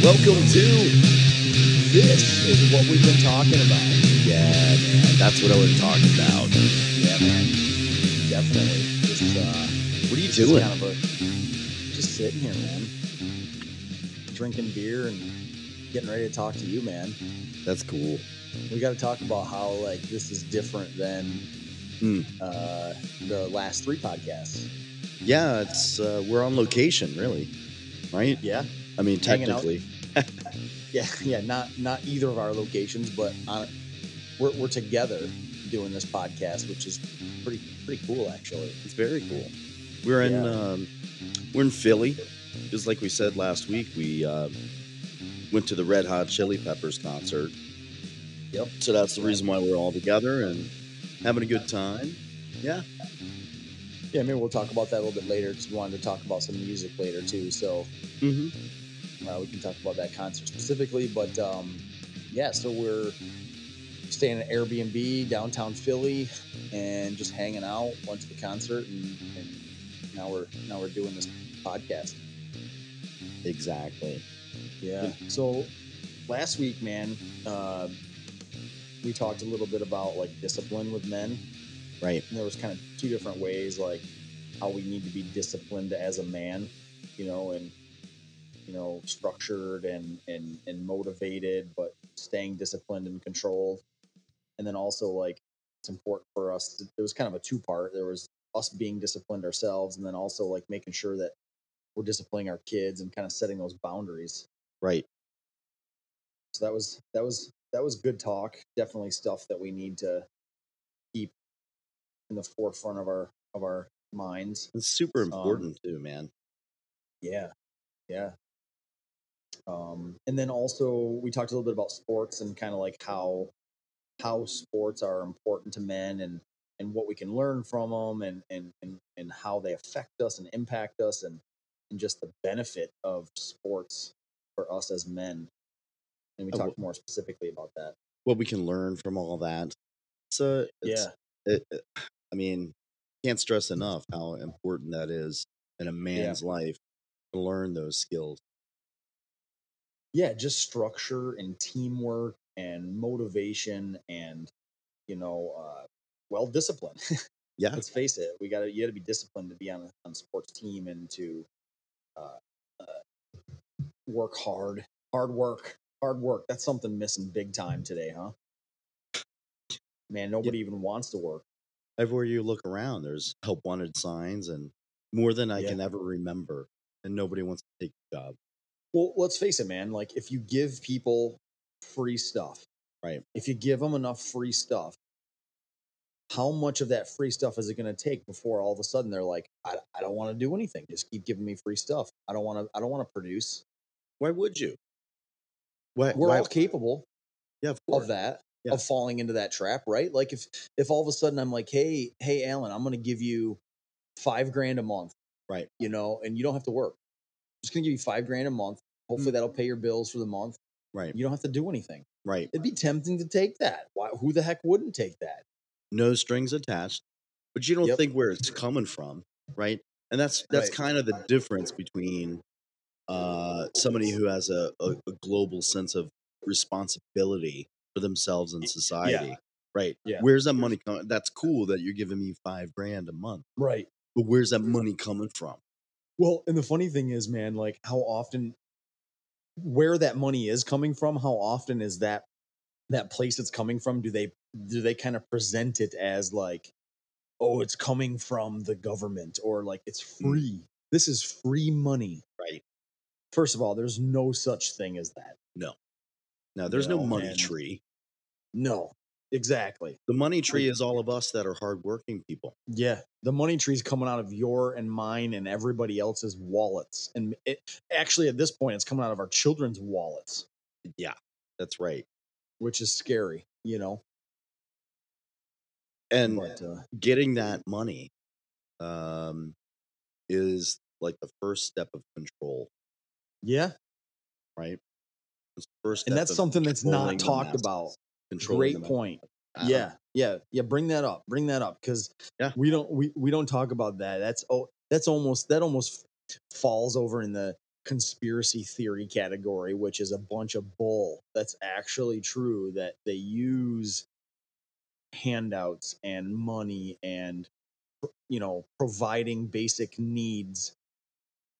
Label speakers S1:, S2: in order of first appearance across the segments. S1: Welcome to this is what we've been talking about. Yeah, man, that's what I was talking about. Yeah, man, definitely. Just uh,
S2: What are you
S1: this is
S2: doing?
S1: Kind of a, just sitting here, man, drinking beer and getting ready to talk to you, man.
S2: That's cool.
S1: We got to talk about how like this is different than
S2: Hmm.
S1: uh, the last three podcasts.
S2: Yeah, it's uh, we're on location, really, right?
S1: Yeah,
S2: I mean,
S1: Hanging out.
S2: technically,
S1: yeah, yeah. Not not either of our locations, but on, we're we're together doing this podcast, which is pretty pretty cool, actually.
S2: it's very cool. We're in
S1: Yeah.
S2: um, we're in Philly. Just like we said last week, we uh, went to the Red Hot Chili Peppers concert.
S1: Yep.
S2: So that's the reason why we're all together and having a good time. Yeah.
S1: Yeah, maybe we'll talk about that a little bit later because we wanted to talk about some music later too. So
S2: hmm
S1: uh, we can talk about that concert specifically. But um, yeah, so we're staying at Airbnb downtown Philly and just hanging out. Went to the concert, and, and now we're now we're doing this podcast.
S2: Exactly.
S1: Yeah. So last week, man, uh, we talked a little bit about like discipline with men.
S2: Right.
S1: And there was kind of two different ways, like how we need to be disciplined as a man, you know, and you know, structured and and and motivated, but staying disciplined and controlled. And then also like it's important for us. To, it was kind of a two part. There was us being disciplined ourselves, and then also like making sure that we're disciplining our kids and kind of setting those boundaries
S2: Right.
S1: so that was that was that was good talk definitely stuff that we need to keep in the forefront of our of our minds
S2: It's super
S1: Um,
S2: important too, man.
S1: yeah yeah um and then also we talked a little bit about sports and kind of like how how sports are important to men and and what we can learn from them and and and, and how they affect us and impact us and and just the benefit of sports for us as men and we
S2: Oh,
S1: talked more specifically about that
S2: What we can learn from all that. So it's,
S1: yeah
S2: it, it- eh, I mean, can't stress enough how important that is in a man's life to learn those skills.
S1: yeah, just structure and teamwork and motivation and you know, uh, well, discipline.
S2: Yeah,
S1: Let's face it, we got to you got to be disciplined to be on a, on a sports team and to uh, uh, work hard, hard work, hard work. That's something missing big time today, huh? Man, nobody even wants to work.
S2: everywhere you look around, there's help wanted signs and more than I
S1: Yeah.
S2: can ever remember. And nobody wants to take the job.
S1: Well, let's face it, man. Like, if you give people free stuff,
S2: Right.
S1: If you give them enough free stuff, how much of that free stuff is it going to take before all of a sudden they're like, I, I don't want to do anything. Just keep giving me free stuff. I don't want to. I don't want to produce.
S2: Why would you? Why,
S1: We're
S2: why-
S1: all capable
S2: yeah, of
S1: of
S2: course.
S1: that,
S2: Yeah.
S1: of falling into that trap, right? Like, if if all of a sudden I'm like, hey, hey, Alan, I'm going to give you five grand a month,
S2: Right.
S1: You know, and you don't have to work. just going to give you five grand a month. Hopefully, that'll pay your bills for the month.
S2: Mm. Right,
S1: You don't have to do anything.
S2: right.
S1: It'd be tempting to take that. Why, who the heck wouldn't take that?
S2: No strings attached, but you don't
S1: Yep.
S2: think where it's coming from, right? And that's that's
S1: Right.
S2: kind of the difference between uh, somebody who has a, a, a global sense of responsibility for themselves and society. Right.
S1: Yeah.
S2: Where's that money coming? That's cool that you're giving me five grand a month,
S1: Right.
S2: but where's that money coming from?
S1: Well, and the funny thing is, man, like how often where that money is coming from, how often is that that place it's coming from? Do they do they kind of present it as like, oh, it's coming from the government or like it's
S2: Mm.
S1: free. This is free money.
S2: Right.
S1: First of all, there's no such thing as that.
S2: Now, there's no,
S1: No,
S2: money
S1: man.
S2: tree.
S1: No. Exactly.
S2: The money tree is all of us that are hardworking people.
S1: Yeah, the money tree's coming out of your and mine and everybody else's wallets, and it actually at this point it's coming out of our children's wallets,
S2: Yeah, that's right.
S1: which is scary, you know.
S2: And
S1: but uh,
S2: getting that money um, is like the first step of control,
S1: yeah,
S2: right? It's the first
S1: and
S2: step
S1: that's
S2: of
S1: something that's
S2: controlling
S1: not
S2: the
S1: talked
S2: masses,
S1: about.
S2: controlling the
S1: Great
S2: ma-
S1: point.
S2: Uh,
S1: yeah, yeah, yeah. Bring that up. Bring that up because
S2: Yeah.
S1: we don't we we don't talk about that. That's oh, that's almost that almost falls over in the conspiracy theory category, which is a bunch of bull that's actually true that they use handouts and money and you know providing basic needs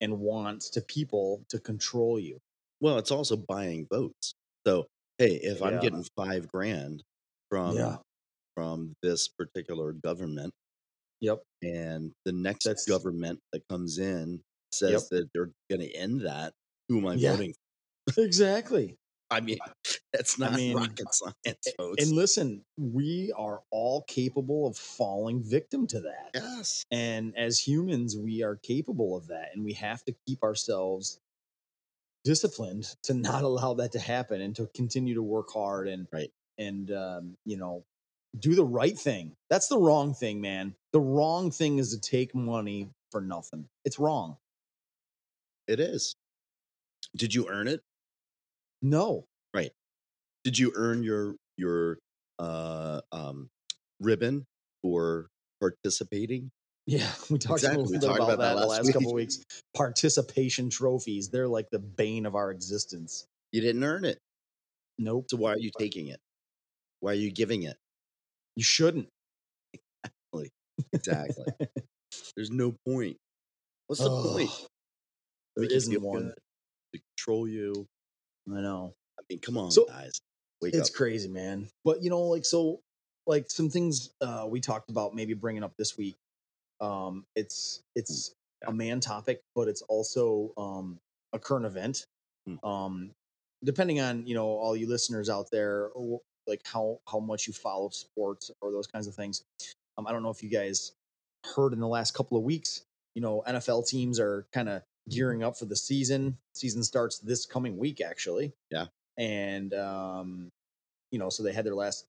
S1: and wants to people to control you.
S2: Well, it's also buying votes. So, hey, if I'm
S1: Yeah.
S2: getting five grand from
S1: Yeah.
S2: from this particular government,
S1: Yep.
S2: and the next
S1: That's-
S2: government that comes in says
S1: Yep.
S2: that they're going to end that, who am I
S1: Yeah.
S2: voting? for?
S1: Exactly.
S2: I mean, that's not
S1: mean,
S2: rocket science, folks.
S1: And listen, we are all capable of falling victim to that.
S2: yes,
S1: And as humans, we are capable of that. And we have to keep ourselves disciplined to not allow that to happen and to continue to work hard and,
S2: Right.
S1: and, um, you know, do the right thing. That's the wrong thing, man. The wrong thing is to take money for nothing. It's wrong.
S2: it is. Did you earn it?
S1: No.
S2: Did you earn your your uh, um, ribbon for participating?
S1: Yeah. We talked
S2: Exactly.
S1: a
S2: We
S1: little bit
S2: talked
S1: about,
S2: about that
S1: that, the
S2: last
S1: last
S2: week.
S1: couple of weeks. Participation trophies, they're like the bane of our existence.
S2: You didn't earn it,
S1: Nope.
S2: so why are you taking it? Why are you giving it?
S1: You shouldn't.
S2: Exactly. There's no point. What's the point?
S1: Ugh,
S2: Make
S1: There
S2: you
S1: isn't
S2: feel
S1: one.
S2: good, to control you.
S1: I know.
S2: I mean, come on,
S1: So-
S2: guys. Wake
S1: it's
S2: up.
S1: crazy man but you know like so like some things uh we talked about maybe bringing up this week um it's it's
S2: Yeah.
S1: a man topic but it's also um a current event
S2: Hmm.
S1: um depending on you know all you listeners out there or wh- like how how much you follow sports or those kinds of things um i don't know if you guys heard in the last couple of weeks you know nfl teams are kind of
S2: Mm-hmm.
S1: gearing up for the season season starts this coming week actually
S2: Yeah.
S1: and um you know, so they had their last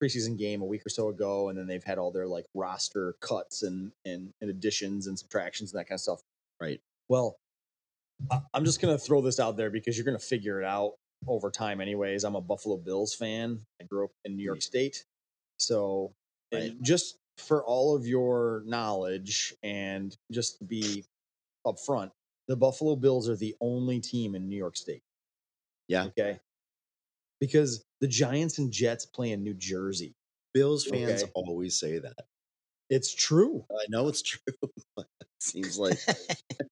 S1: preseason game a week or so ago, and then they've had all their like roster cuts and and, and additions and subtractions and that kind of stuff.
S2: Right.
S1: Well, I, I'm just gonna throw this out there because you're gonna figure it out over time, anyways. I'm a Buffalo Bills fan. I grew up in New York
S2: Mm.
S1: State, so and
S2: Right.
S1: just for all of your knowledge and just to be upfront, the Buffalo Bills are the only team in New York State.
S2: Yeah.
S1: Okay. Because the Giants and Jets play in New Jersey.
S2: Bills fans
S1: Okay.
S2: always say that.
S1: It's true.
S2: I know it's true, but it seems like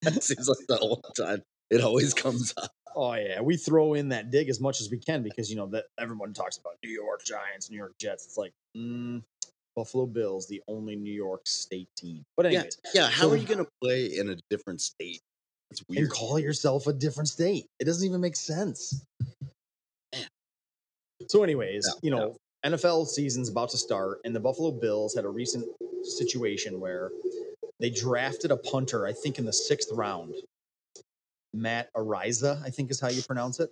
S2: it seems like the whole time it always comes up.
S1: oh yeah, we throw in that dig as much as we can because you know that everyone talks about New York Giants, New York Jets. It's like mm, Buffalo Bills, the only New York State team. But anyways,
S2: Yeah, how
S1: So-
S2: are you going to play in a different state? It's
S1: and
S2: weird.
S1: call yourself a different state. It doesn't even make sense.
S2: Man.
S1: So, anyways,
S2: Yeah,
S1: you know, NFL season's about to start, and the Buffalo Bills had a recent situation where they drafted a punter, I think, in the sixth round. Matt Ariza, I think is how you pronounce it.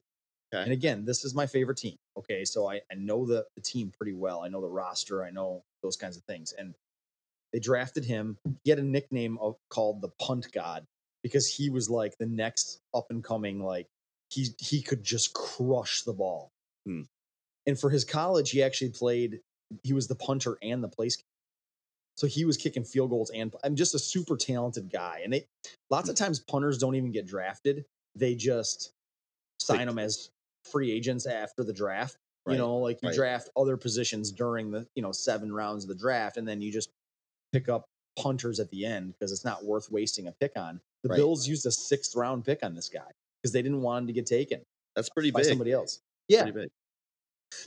S2: Okay.
S1: And again, this is my favorite team. Okay. So I, I know the, the team pretty well. I know the roster. I know those kinds of things. And they drafted him. He had a nickname of, called the punt god because he was like the next up and coming, like he he could just crush the ball.
S2: Hmm.
S1: And for his college, he actually played, he was the punter and the place kicker. So he was kicking field goals and I'm just a super talented guy. And they lots of times punters don't even get drafted. They just sign
S2: Like-
S1: them as free agents after the draft.
S2: Right,
S1: You know, like you
S2: right.
S1: draft other positions during the, you know, seven rounds of the draft, and then you just pick up punters at the end because it's not worth wasting a pick on. The
S2: Right.
S1: Bills used a sixth round pick on this guy because they didn't want him to get taken
S2: That's pretty
S1: by
S2: big.
S1: somebody else. Yeah.
S2: Pretty big.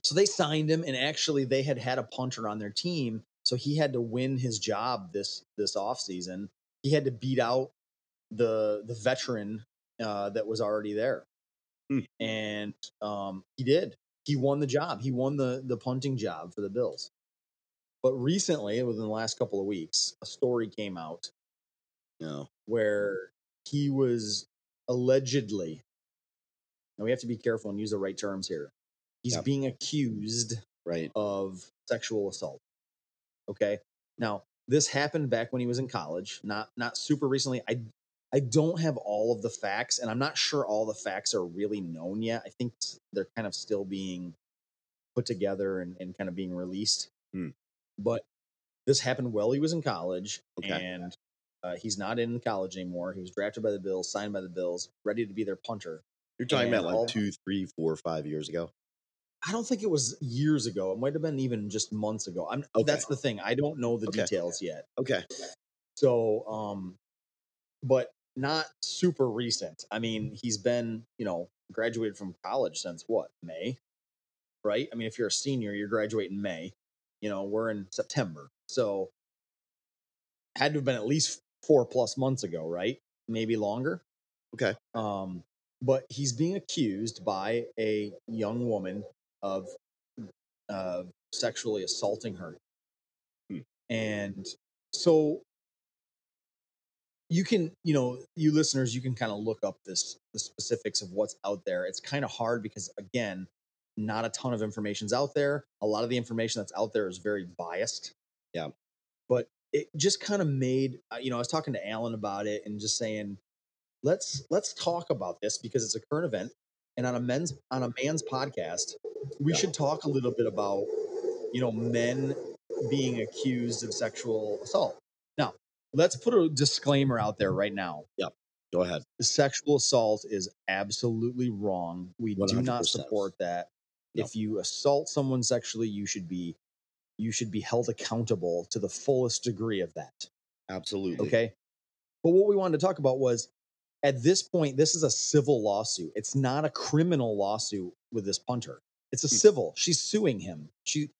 S1: So they signed him, and actually they had had a punter on their team, so he had to win his job this this offseason. He had to beat out the the veteran uh, that was already there,
S2: Hmm.
S1: and um, he did. He won the job. He won the the punting job for the Bills. But recently, within the last couple of weeks, a story came out
S2: No.
S1: where he was allegedly and we have to be careful and use the right terms here he's
S2: Yep.
S1: being accused
S2: Right.
S1: of sexual assault okay now this happened back when he was in college not not super recently i i don't have all of the facts and i'm not sure all the facts are really known yet i think s- they're kind of still being put together and, and kind of being released
S2: Hmm.
S1: but this happened while he was in college
S2: Okay.
S1: and Uh, he's not in college anymore. He was drafted by the Bills, signed by the Bills, ready to be their punter.
S2: You're talking
S1: And
S2: about like
S1: all-
S2: two, three, four, five years ago.
S1: I don't think it was years ago. It might have been even just months ago. I'm
S2: Okay.
S1: that's the thing. I don't know the
S2: Okay.
S1: details yet.
S2: Okay.
S1: So, um, but not super recent. I mean, he's been, you know, graduated from college since what, May? Right? I mean, if you're a senior, you're graduating May. You know, we're in September. So had to have been at least four plus months ago, right? Maybe longer.
S2: Okay.
S1: Um, but he's being accused by a young woman of of sexually assaulting her.
S2: Hmm.
S1: And so you can you know you listeners you can kind of look up this the specifics of what's out there it's kind of hard because again not a ton of information's out there a lot of the information that's out there is very biased
S2: Yeah.
S1: but it just kind of made uh, you know i was talking to alan about it and just saying let's let's talk about this because it's a current event and on a men's on a man's podcast we
S2: Yeah.
S1: should talk a little bit about you know men being accused of sexual assault now let's put a disclaimer out there right now
S2: Go ahead.
S1: sexual assault is absolutely wrong we do not
S2: 100%.
S1: support that
S2: No.
S1: if you assault someone sexually you should be you should be held accountable to the fullest degree of that
S2: Absolutely.
S1: Okay. But what we wanted to talk about was at this point, this is a civil lawsuit. It's not a criminal lawsuit with this punter. It's a
S2: Hmm.
S1: civil. She's suing him. She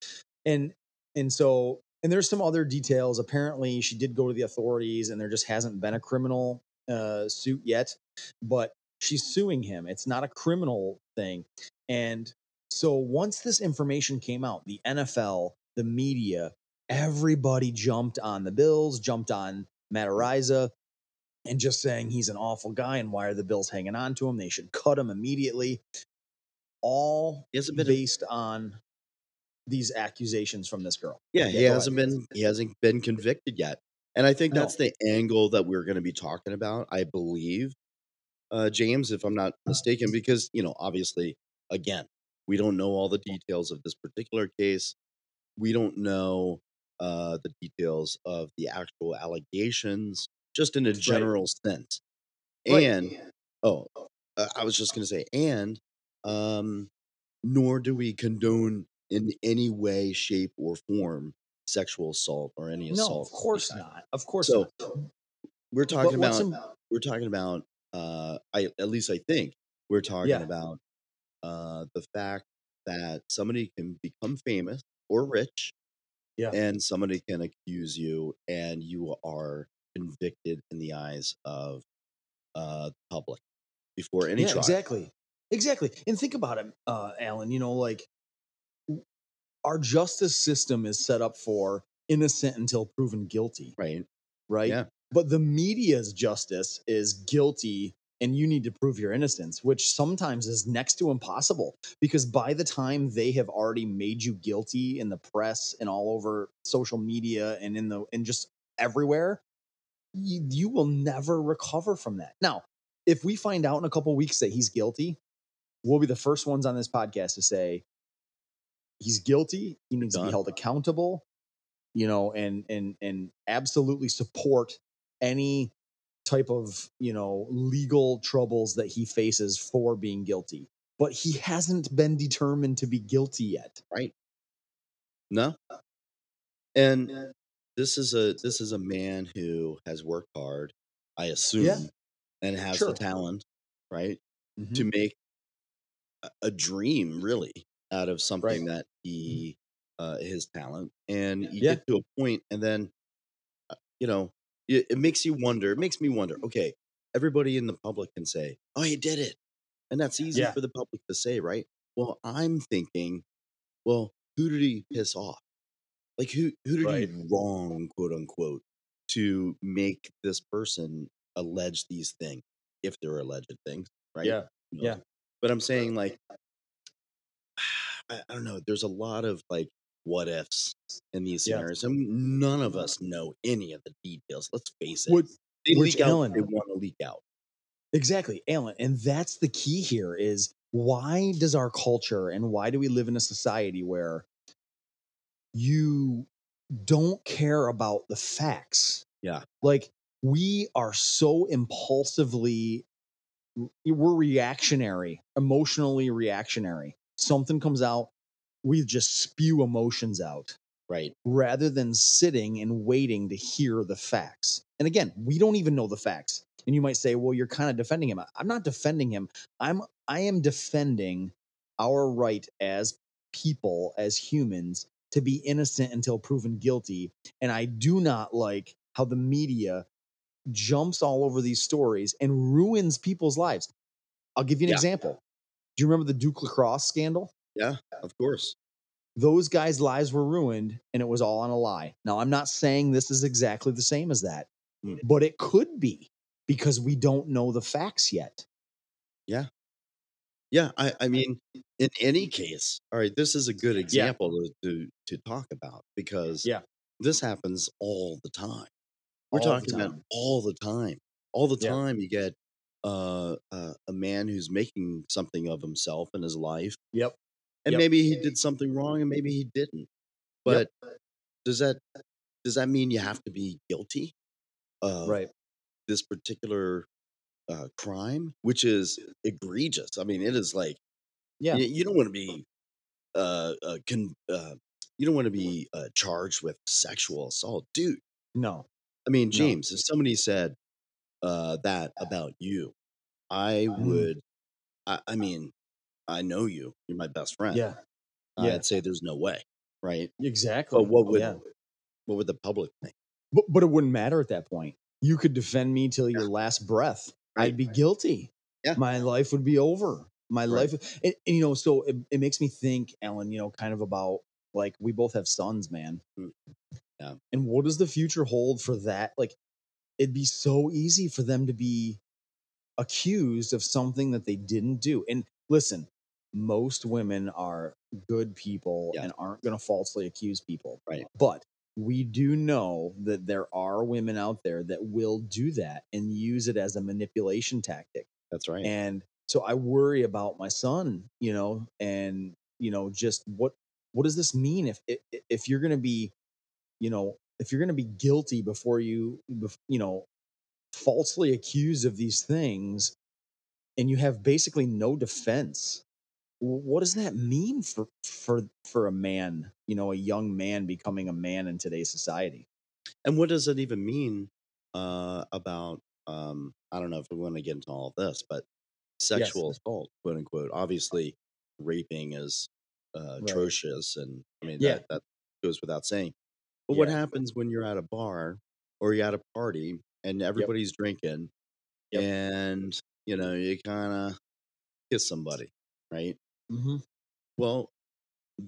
S1: and and so and there's some other details. Apparently, she did go to the authorities, and there just hasn't been a criminal uh, suit yet. But she's suing him. It's not a criminal thing. And so once this information came out, the NFL, the media, everybody jumped on the Bills, jumped on Matt Ariza, and just saying he's an awful guy and why are the Bills hanging on to him? They should cut him immediately. All
S2: He hasn't been.
S1: based on these accusations from this girl.
S2: yeah, he
S1: Yeah, go
S2: hasn't been. He hasn't been convicted yet. And I think
S1: No.
S2: that's the angle that we're going to be talking about. I believe, uh, James, if I'm not mistaken, because you know, obviously, again, we don't know all the details of this particular case. We don't know uh, the details of the actual allegations, just in a general sense.
S1: Right.
S2: And oh, uh, I was just going to say, and um, nor do we condone in any way, shape, or form sexual assault or any assault.
S1: No,
S2: of
S1: of
S2: any
S1: course
S2: kind.
S1: not. Of course
S2: So
S1: not.
S2: We're
S1: But
S2: talking
S1: what's
S2: about
S1: im-
S2: we're talking about uh, I at least I think we're talking
S1: Yeah.
S2: about uh, the fact that somebody can become famous or rich,
S1: Yeah.
S2: and somebody can accuse you, and you are convicted in the eyes of uh, the public before any
S1: yeah,
S2: trial.
S1: exactly. Exactly. And think about it, uh, Alan, you know, like our justice system is set up for innocent until proven guilty.
S2: Right.
S1: right?
S2: Yeah.
S1: But the media's justice is guilty and you need to prove your innocence, which sometimes is next to impossible because by the time they have already made you guilty in the press and all over social media and in the and just everywhere, you, you will never recover from that. Now, if we find out in a couple weeks that he's guilty, we'll be the first ones on this podcast to say he's guilty, he needs to
S2: Done.
S1: be held accountable, you know and and and absolutely support any type of you know legal troubles that he faces for being guilty but he hasn't been determined to be guilty yet
S2: Right. No. And this is a this is a man who has worked hard, I assume, and has
S1: Sure.
S2: the talent, right,
S1: Mhm.
S2: to make a- a dream really out of something that he uh, his talent, and you
S1: Mm-hmm. Yeah.
S2: get to a point, and then uh, you know it, it makes you wonder. It makes me wonder. Okay, everybody in the public can say, "Oh, he did it," and that's easy
S1: Yeah.
S2: for the public to say, right? Well, I'm thinking, well, who did he piss off? like who who did
S1: Right.
S2: he wrong quote unquote to make this person allege these things if they're alleged things right
S1: yeah
S2: Who
S1: yeah.
S2: knows? but i'm saying like I, I don't know there's a lot of like what ifs in these
S1: Yeah. Uh-huh.
S2: scenarios and none of us know any of the details let's face it
S1: Which-
S2: they
S1: which
S2: leak out what
S1: Ellen-
S2: they want to leak out
S1: Exactly, Alan. And that's the key here is why does our culture and why do we live in a society where you don't care about the facts?
S2: Yeah.
S1: Like we are so impulsively we're reactionary, emotionally reactionary. Something comes out, we just spew emotions out
S2: right
S1: rather than sitting and waiting to hear the facts. And again, we don't even know the facts. And you might say, "Well, you're kind of defending him." I'm not defending him. I'm I am defending our right as people, as humans, to be innocent until proven guilty. And I do not like how the media jumps all over these stories and ruins people's lives. I'll give you an
S2: Yeah.
S1: example. Do you remember the Duke lacrosse scandal?
S2: of course
S1: those guys' lives were ruined and it was all on a lie. Now, I'm not saying this is exactly the same as that,
S2: Hmm.
S1: but it could be because we don't know the facts yet.
S2: yeah i
S1: Uh,
S2: i mean in any case all right this is a good example to, to to talk about because
S1: Yeah.
S2: this happens all the time we're
S1: All the
S2: talking about
S1: time.
S2: all the time all the
S1: Yeah.
S2: time you get uh, uh, a man who's making something of himself in his life
S1: Yep.
S2: and
S1: Yep.
S2: maybe he did something wrong and maybe he didn't but does that does that mean you have to be guilty of
S1: Right.
S2: this particular uh, crime which is egregious i mean it is like
S1: Yeah.
S2: you, you don't want to be uh, uh, con- uh you don't want to be uh, charged with sexual assault dude
S1: No.
S2: i mean
S1: No.
S2: james if somebody said uh, that about you I
S1: Mm.
S2: would. I, I mean, I know you. You're my best friend.
S1: Yeah. Yeah.
S2: I'd say there's no way, right?
S1: Exactly. Oh,
S2: But what would
S1: yeah.
S2: what would the public think?
S1: But, but it wouldn't matter at that point. You could defend me till your last breath.
S2: Right.
S1: I'd be guilty.
S2: Yeah.
S1: My life would be over. My
S2: Right.
S1: life, and, and, you know, so it, it makes me think, Alan, you know, kind of about like we both have sons, man.
S2: Mm. Yeah.
S1: And what does the future hold for that? Like, it'd be so easy for them to be accused of something that they didn't do. And listen, most women are good people
S2: Yeah.
S1: and aren't going to falsely accuse people.
S2: Right.
S1: But we do know that there are women out there that will do that and use it as a manipulation tactic.
S2: That's right.
S1: And so I worry about my son, you know, and you know just what what does this mean if if, if you're going to be, you know, if you're going to be guilty before you bef- you know falsely accused of these things and you have basically no defense w- what does that mean for for for a man you know a young man becoming a man in today's society
S2: And what does it even mean uh, about? Um, I don't know if we want to get into all this,
S1: yes
S2: but sexual assault, quote unquote. Obviously, raping is uh,
S1: right
S2: atrocious, and I mean
S1: yeah
S2: that that goes without saying. But what
S1: yeah
S2: happens when you're at a bar or you're at a party and
S1: yep
S2: everybody's drinking
S1: yep
S2: and you know you kind of kiss somebody right
S1: hmm
S2: well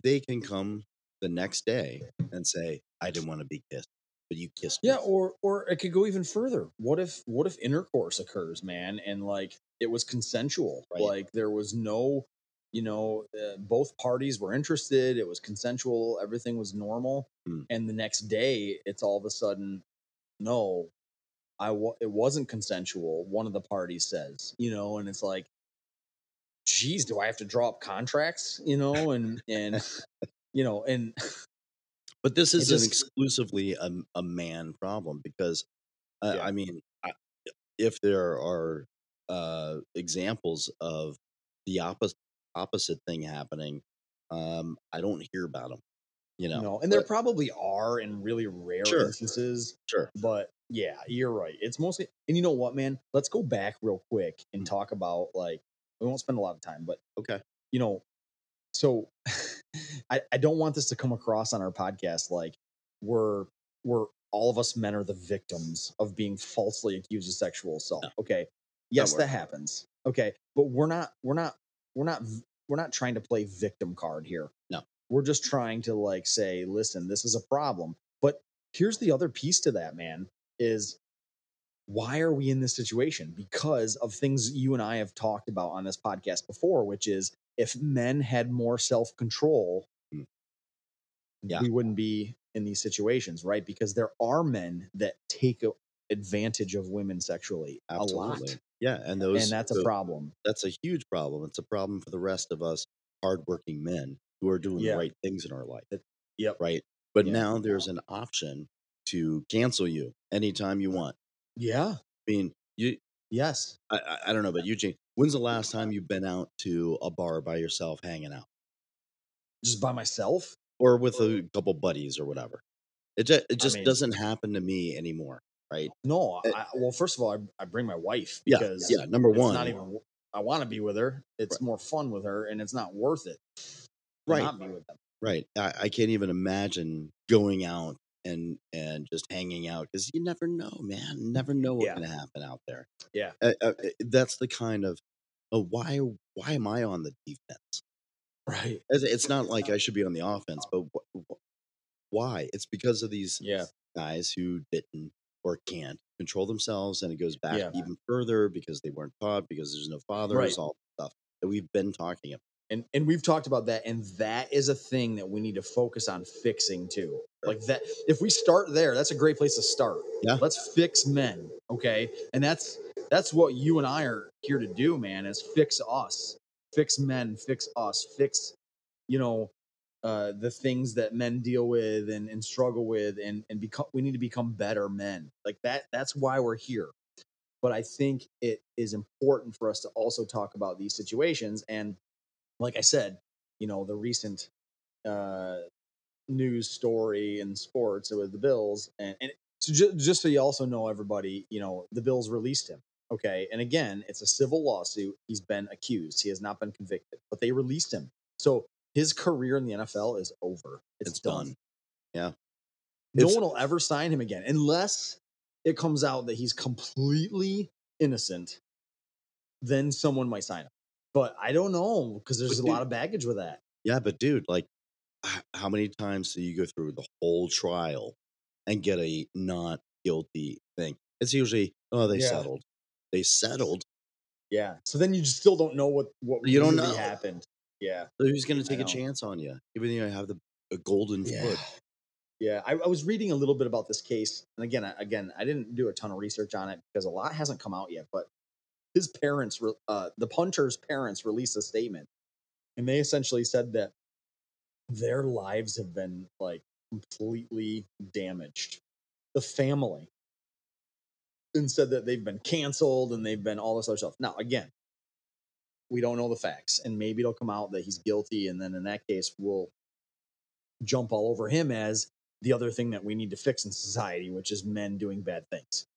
S2: they can come the next day and say i didn't want to be kissed but you kissed
S1: yeah
S2: me
S1: or or it could go even further what if what if intercourse occurs man and like it was consensual
S2: right
S1: like there was no you know uh, both parties were interested it was consensual everything was normal
S2: Mm,
S1: and the next day it's all of a sudden no I wa- it wasn't consensual. One of the parties says, you know, and it's like, geez, do I have to draw up contracts, you know, and and you know, and
S2: but this
S1: it
S2: isn't
S1: just
S2: exclusively a, a man problem because uh,
S1: yeah,
S2: i mean I, if there are uh, examples of the opposite opposite thing happening um, i don't hear about them you know
S1: no, and there
S2: but
S1: probably are in really rare
S2: sure
S1: instances,
S2: sure
S1: but yeah, you're right. It's mostly, and you know what, man? Let's go back real quick and
S2: Mm,
S1: talk about like we won't spend a lot of time, but
S2: okay
S1: you know, so I, I don't want this to come across on our podcast like we're we're all of us men are the victims of being falsely accused of sexual assault
S2: no
S1: okay
S2: don't
S1: yes
S2: worry
S1: that happens okay but we're not we're not we're not v- we're not trying to play victim card here
S2: no
S1: we're just trying to like say listen this is a problem but here's the other piece to that man is why are we in this situation? Because of things you and I have talked about on this podcast before, which is if men had more self control,
S2: Mm, yeah
S1: Hmm. we wouldn't be in these situations, right? Because there are men that take a- advantage of women sexually a lot,
S2: Absolutely. Yeah. And
S1: and
S2: those,
S1: that's a
S2: the,
S1: problem.
S2: that's a huge problem. It's a problem for the rest of us hardworking men who are doing the
S1: Yeah.
S2: right things in our life.
S1: that- yep.
S2: Right. But
S1: Yeah.
S2: now there's an option to cancel you anytime you want.
S1: Yeah.
S2: I mean, you,
S1: Yes.
S2: I, I- I don't know about you, Gene. When's the last time you've been out to a bar by yourself, hanging out,
S1: Just by myself.
S2: or with a couple buddies or whatever? It just, it
S1: I
S2: just
S1: mean-
S2: doesn't happen to me anymore, right?
S1: No.
S2: Uh,
S1: I, well, first of all, I, I bring my wife
S2: Yeah,
S1: because
S2: yeah. Number
S1: it's
S2: one,
S1: not even. I want to be with her. It's
S2: Right.
S1: more fun with her, and it's not worth it. to
S2: Right.
S1: Not be with them.
S2: right? I, I can't even imagine going out and and just hanging out because you never know, man. You never know what's
S1: Yeah.
S2: going to happen out there.
S1: Yeah.
S2: Uh, uh, uh, that's the kind of oh, why why am I on the defense?
S1: Right.
S2: It's, it's not like I should be on the offense, but wh- wh- why? It's because of these
S1: Yeah.
S2: guys who didn't or can't control themselves, and it goes back
S1: Yeah.
S2: even further because they weren't taught, because there's no fathers,
S1: Right.
S2: all that stuff that we've been talking about.
S1: and and we've talked about that and that is a thing that we need to focus on fixing too like that if we start there that's a great place to start
S2: Yeah.
S1: let's fix men okay and that's that's what you and i are here to do man is fix us fix men fix us fix you know uh, the things that men deal with and, and struggle with and and become we need to become better men like that that's why we're here but i think it is important for us to also talk about these situations and like I said, you know, the recent uh, news story in sports with the Bills, and, and so ju- just so you also know, everybody, you know, the Bills released him. Okay, and again, it's a civil lawsuit. He's been accused. He has not been convicted, but they released him. So his career in the NFL is over. It's,
S2: It's
S1: done.
S2: done. Yeah.
S1: No
S2: It's-
S1: one will ever sign him again unless it comes out that he's completely innocent. Then someone might sign him. But I don't know because there's
S2: But
S1: a
S2: dude-
S1: lot of baggage with that.
S2: Yeah, but dude, like, h- how many times do you go through the whole trial and get a not guilty thing? It's usually, oh, they
S1: Yeah.
S2: settled. They settled.
S1: Yeah. So then you just still don't know what what
S2: You don't
S1: really
S2: know.
S1: happened. Yeah.
S2: So who's going to
S1: I
S2: take
S1: know.
S2: a chance on you? Even though you have the a golden foot.
S1: Yeah. I, I was reading a little bit about this case, and again, I- again, I didn't do a ton of research on it because a lot hasn't come out yet. But his parents, re- uh, the punter's parents, released a statement, and they essentially said that their lives have been like completely damaged. The family, and said that they've been canceled and they've been all this other stuff. Now, again, we don't know the facts, and maybe it'll come out that he's guilty, and then in that case, we'll jump all over him as the other thing that we need to fix in society, which is men doing bad things.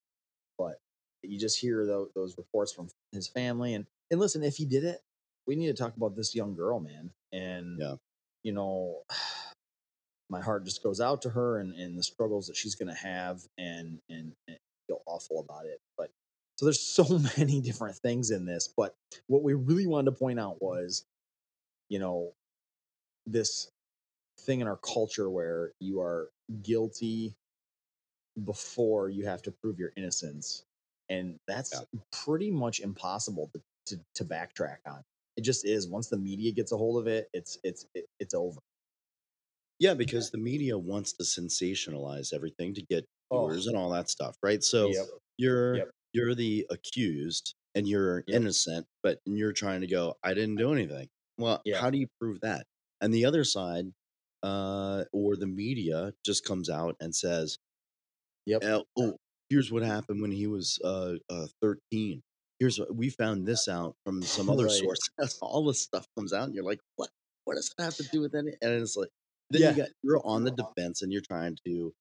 S1: But you just hear those, those reports from his family, and and listen, if he did it, we need to talk about this young girl, man, and
S2: Yeah.
S1: you know, my heart just goes out to her and and the struggles that she's gonna have, and and, and feel awful about it, but. So there's so many different things in this, but what we really wanted to point out was, you know, this thing in our culture where you are guilty before you have to prove your innocence and that's pretty much impossible to, to, to backtrack on it just is once the media gets a hold of it it's it's it, it's over
S2: Yeah, because the media wants to sensationalize everything to get
S1: Oh.
S2: viewers and all that stuff, right? So
S1: Yep.
S2: you're
S1: Yep.
S2: you're the accused and you're
S1: Yep.
S2: innocent, but you're trying to go, I didn't do anything. Well,
S1: Yeah.
S2: how do you prove that? And the other side, uh, or the media just comes out and says,
S1: Yep.
S2: uh, oh, here's what happened when he was uh, uh, 13. Here's what we found this out from some other
S1: Right.
S2: source. all this stuff comes out, and you're like, what? What does that have to do with any? And it's like, then
S1: Yeah.
S2: you got you're on the defense, and you're trying to,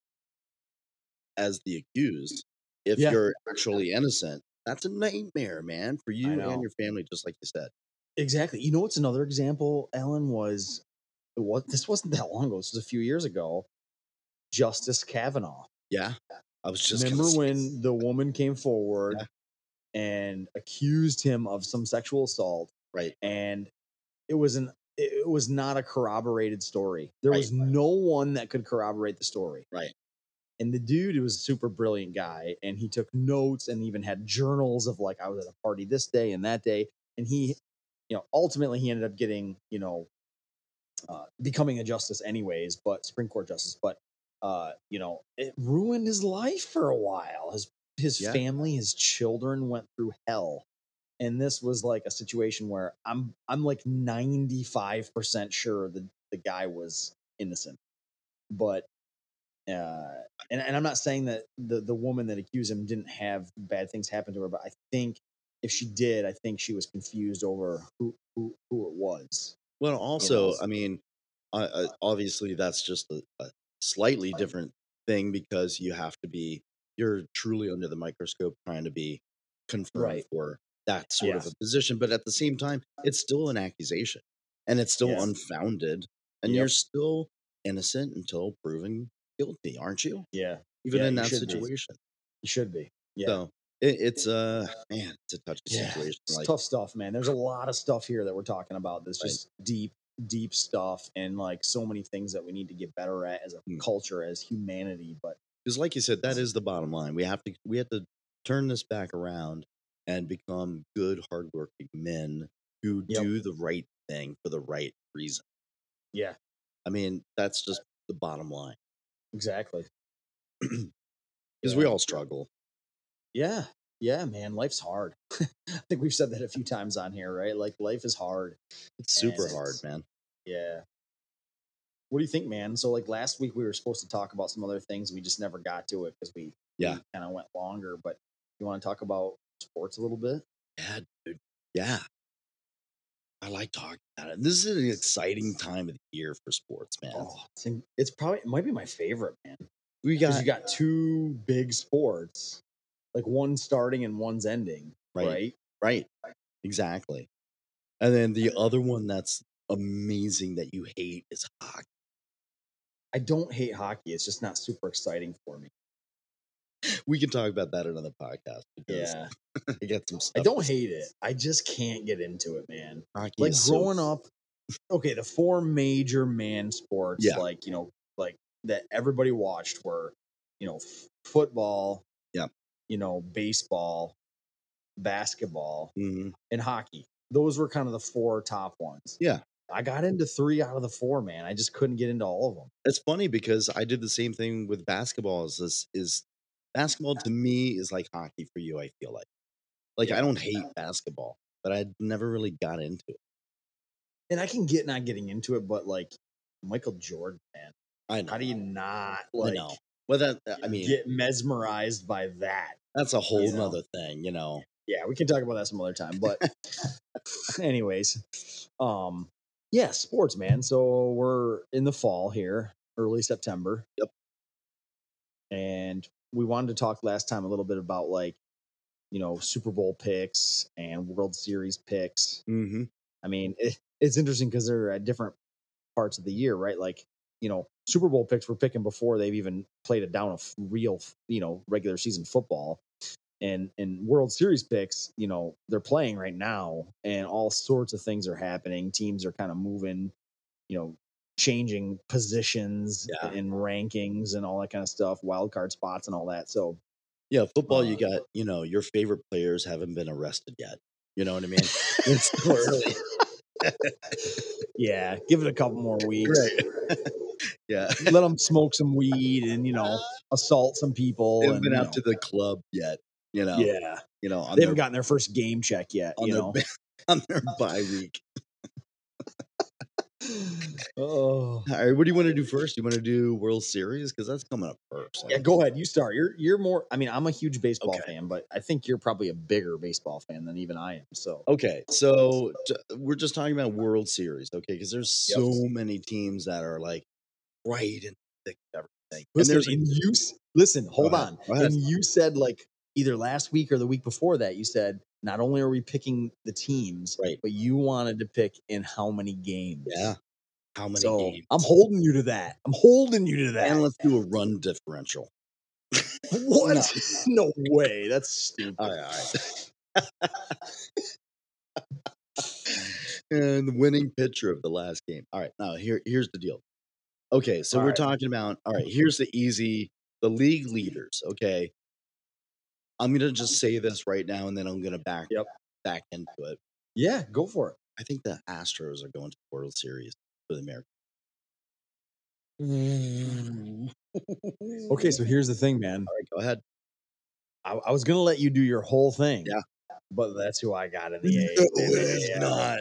S2: as the accused, if
S1: Yeah.
S2: you're actually innocent, that's a nightmare, man, for you
S1: know.
S2: and your family. Just like you said,
S1: exactly you know what's another example ellen was what this wasn't that long ago this was a few years ago justice kavanaugh
S2: yeah. I was just gonna
S1: remember
S2: say-
S1: when the woman came forward
S2: Yeah.
S1: and accused him of some sexual assault
S2: right,
S1: and it was an it it was not a corroborated story. There was no one that could corroborate the story.
S2: Right.
S1: And the dude was a super brilliant guy and he took notes and even had journals of like I was at a party this day and that day and he you know ultimately he ended up getting, you know, uh, becoming a justice anyways, but Supreme Court justice, but uh, you know, it ruined his life for a while. His his
S2: Yeah.
S1: family, his children went through hell. And this was like a situation where I'm I'm like 95% sure the the guy was innocent. But Uh, and, and I'm not saying that the, the woman that accused him didn't have bad things happen to her, but I think if she did, I think she was confused over who, who, who it was.
S2: Well, also,
S1: it's-
S2: I mean, uh, uh, obviously that's just a, a slightly different thing because you have to be you're truly under the microscope trying to be confirmed
S1: Right.
S2: for that sort of
S1: Yeah.
S2: a position, but at the same time, it's still an accusation and it's still
S1: Yeah.
S2: unfounded, and
S1: Yep.
S2: you're still innocent until proven guilty, aren't you?
S1: Yeah.
S2: Even
S1: Yeah,
S2: in
S1: you
S2: that
S1: should be.
S2: situation,
S1: You should be. Yeah.
S2: so it, it's uh, man, it's a touchy
S1: yeah.
S2: situation.
S1: It's
S2: Like,
S1: tough stuff, man. There's a lot of stuff here that we're talking about. That's
S2: Right.
S1: just deep, deep stuff, and like so many things that we need to get better at as a
S2: Hmm.
S1: culture, as humanity. But
S2: because like you said that is the bottom line we have to we have to turn this back around and become good hardworking men who
S1: Yep.
S2: do the right thing for the right reason
S1: yeah,
S2: i mean that's just the bottom line
S1: exactly.
S2: because we
S1: Yeah.
S2: all struggle
S1: Yeah. Yeah, man. Life's hard. I think we've said that a few times on here, right? Like life is hard.
S2: it's super
S1: And
S2: hard
S1: it's-
S2: man
S1: Yeah. What do you think, man? So like last week we were supposed to talk about some other things. We just never got to it because we,
S2: Yeah.
S1: kind of went longer. But you want to talk about sports a little bit?
S2: yeah dude yeah i like talking about it this is an exciting time of the year for sports man
S1: Oh, it's, in- it's probably it might be my favorite, man.
S2: we
S1: Because
S2: got
S1: you got two big sports, like one starting and one's ending,
S2: Right.
S1: right?
S2: right exactly and then the other one that's amazing that you hate is hockey
S1: I don't hate hockey. It's just not super exciting for me.
S2: we can talk about that another podcast because
S1: Yeah,
S2: I got
S1: I
S2: some stuff.
S1: don't hate it. I just can't get into it, man.
S2: Hockey
S1: Like
S2: is so-
S1: growing up, okay, the four major man sports,
S2: Yeah.
S1: like you know, like that everybody watched were, you know, f- football,
S2: Yeah.
S1: you know, baseball, basketball,
S2: Mhm.
S1: and hockey. Those were kind of the four top ones.
S2: Yeah.
S1: I got into three out of the four, man. I just couldn't get into all of them.
S2: It's funny because I did the same thing with basketball. Is this is basketball to me is like hockey for you? I feel like like I
S1: Yeah.
S2: don't hate basketball, but I never really got into it.
S1: And I can get not getting into it, but like Michael Jordan, man,
S2: I know.
S1: how do you not
S2: I
S1: like
S2: know. Well, that uh, I mean,
S1: get mesmerized by that?
S2: that's a whole
S1: you know.
S2: nother thing, you know.
S1: Yeah, we can talk about that some other time. But anyways, um, yeah, sports, man. So we're in the fall here, early September.
S2: Yep.
S1: And we wanted to talk last time a little bit about like, you know, Super Bowl picks and World Series picks.
S2: Mm-hmm.
S1: I mean, it, it's interesting because they're at different parts of the year, right? Like, you know, Super Bowl picks we're picking before they've even played it down a f- real, f- you know, regular season football. And and World Series picks, you know, they're playing right now, and all sorts of things are happening. Teams are kind of moving, you know, changing positions
S2: Yeah.
S1: and rankings and all that kind of stuff, wild card spots and all that. So
S2: Yeah, football.
S1: Uh,
S2: you got you know your favorite players haven't been arrested yet. You know what I mean? It's still early.
S1: yeah, give it a couple more weeks.
S2: Yeah,
S1: Let them smoke some weed and you know assault some people.
S2: they haven't
S1: and,
S2: been
S1: you
S2: out
S1: know.
S2: to the club yet. You know.
S1: Yeah.
S2: You know. On
S1: They
S2: their
S1: haven't gotten their first game check yet,
S2: on
S1: you
S2: their
S1: know.
S2: on their bye week.
S1: oh.
S2: All right, what do you want to do first? You want to do World Series because that's coming up first.
S1: Yeah, go ahead. You start. You're you're more I mean, I'm a huge baseball
S2: Okay.
S1: fan, but I think you're probably a bigger baseball fan than even I am. So
S2: Okay, so t- we're just talking about World Series, okay? Because there's
S1: Yep.
S2: so many teams that are like right in the thick of everything, and
S1: listen,
S2: there's
S1: and, you s- listen, hold
S2: ahead,
S1: on.
S2: go ahead.
S1: And you said like either last week or the week before that, you said not only are we picking the teams,
S2: Right.
S1: but you wanted to pick in how many games.
S2: yeah, how many
S1: So
S2: games?
S1: I'm holding you to that. I'm holding you to that.
S2: and let's do a run differential.
S1: what? No. way. That's stupid.
S2: All right, all right. and the winning pitcher of the last game. All right, now here here's the deal. Okay, so
S1: All
S2: we're
S1: right.
S2: talking about all right, here's the easy the league leaders, okay? I'm going to just say this right now and then I'm going to back
S1: Yep.
S2: back into it.
S1: Yeah, go for it.
S2: I think the Astros are going to the World Series for the American.
S1: Mm. Okay, so here's the thing, man.
S2: all right, go ahead.
S1: I, I was gonna let you do your whole thing.
S2: Yeah.
S1: But that's who I got in
S2: No,
S1: the A.
S2: it is not.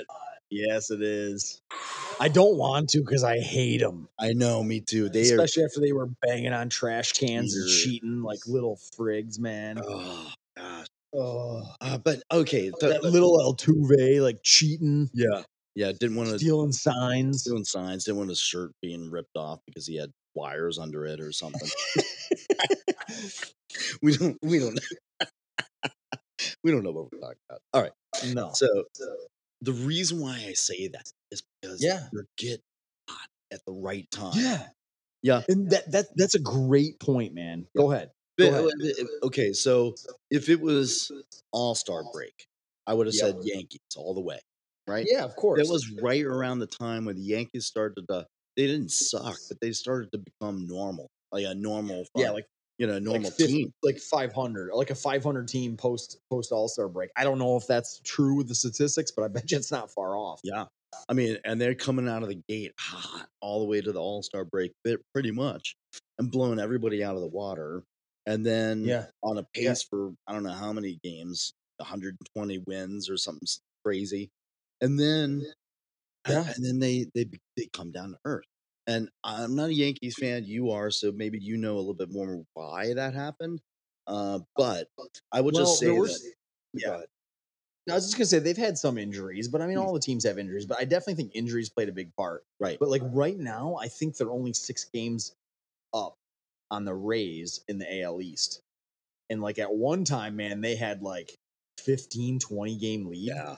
S1: Yes, it is. I don't want to because I hate them,
S2: I know, me too. They are.
S1: especially after they were banging on trash cans and
S2: Jesus.
S1: cheating like little frigs, man.
S2: Oh, gosh.
S1: Uh, Oh,
S2: Uh, but okay. th-
S1: that little El Tuve, like cheating,
S2: yeah. Yeah. Didn't want to.
S1: stealing signs.
S2: Doing signs. Didn't want his shirt being ripped off because he had wires under it or something. we don't. We don't. we don't know what we're talking about. All right.
S1: No,
S2: So the reason why I say that is because
S1: Yeah.
S2: you're getting hot at the right time.
S1: yeah,
S2: Yeah.
S1: and that that that's a great point, man. Go ahead.
S2: But- uh,
S1: Go
S2: okay, so if it was All Star break, I would have
S1: Yeah.
S2: said Yankees all the way. Right?
S1: Yeah, of course.
S2: That was right around the time when the Yankees started to. They didn't suck, but they started to become normal, like a normal,
S1: yeah,
S2: fun-
S1: like
S2: you know, normal
S1: like fif-
S2: team.
S1: like 500, like a 500 team post post All Star break. I don't know if that's true with the statistics, but I bet you it's not far off.
S2: Yeah. I mean, and they're coming out of the gate hot all the way to the All Star break, bit- pretty much, and blowing everybody out of the water. And then on a pace
S1: Yeah.
S2: for I don't know how many games, 120 wins or something s- crazy, and then and-
S1: Yeah.
S2: and then they they be- they come down to earth. And I'm not a Yankees fan. You are, so maybe you know a little bit more why that happened. Uh, but I will
S1: Well,
S2: just say
S1: there was-
S2: that,
S1: yeah.
S2: but
S1: I was just gonna say they've had some injuries, but I mean
S2: Hmm.
S1: all the teams have injuries, but I definitely think injuries played a big part.
S2: Right.
S1: But like right now, I think they're only six games up on the Rays in the AL East. And like at one time, man, they had like 15, 20 game lead.
S2: yeah,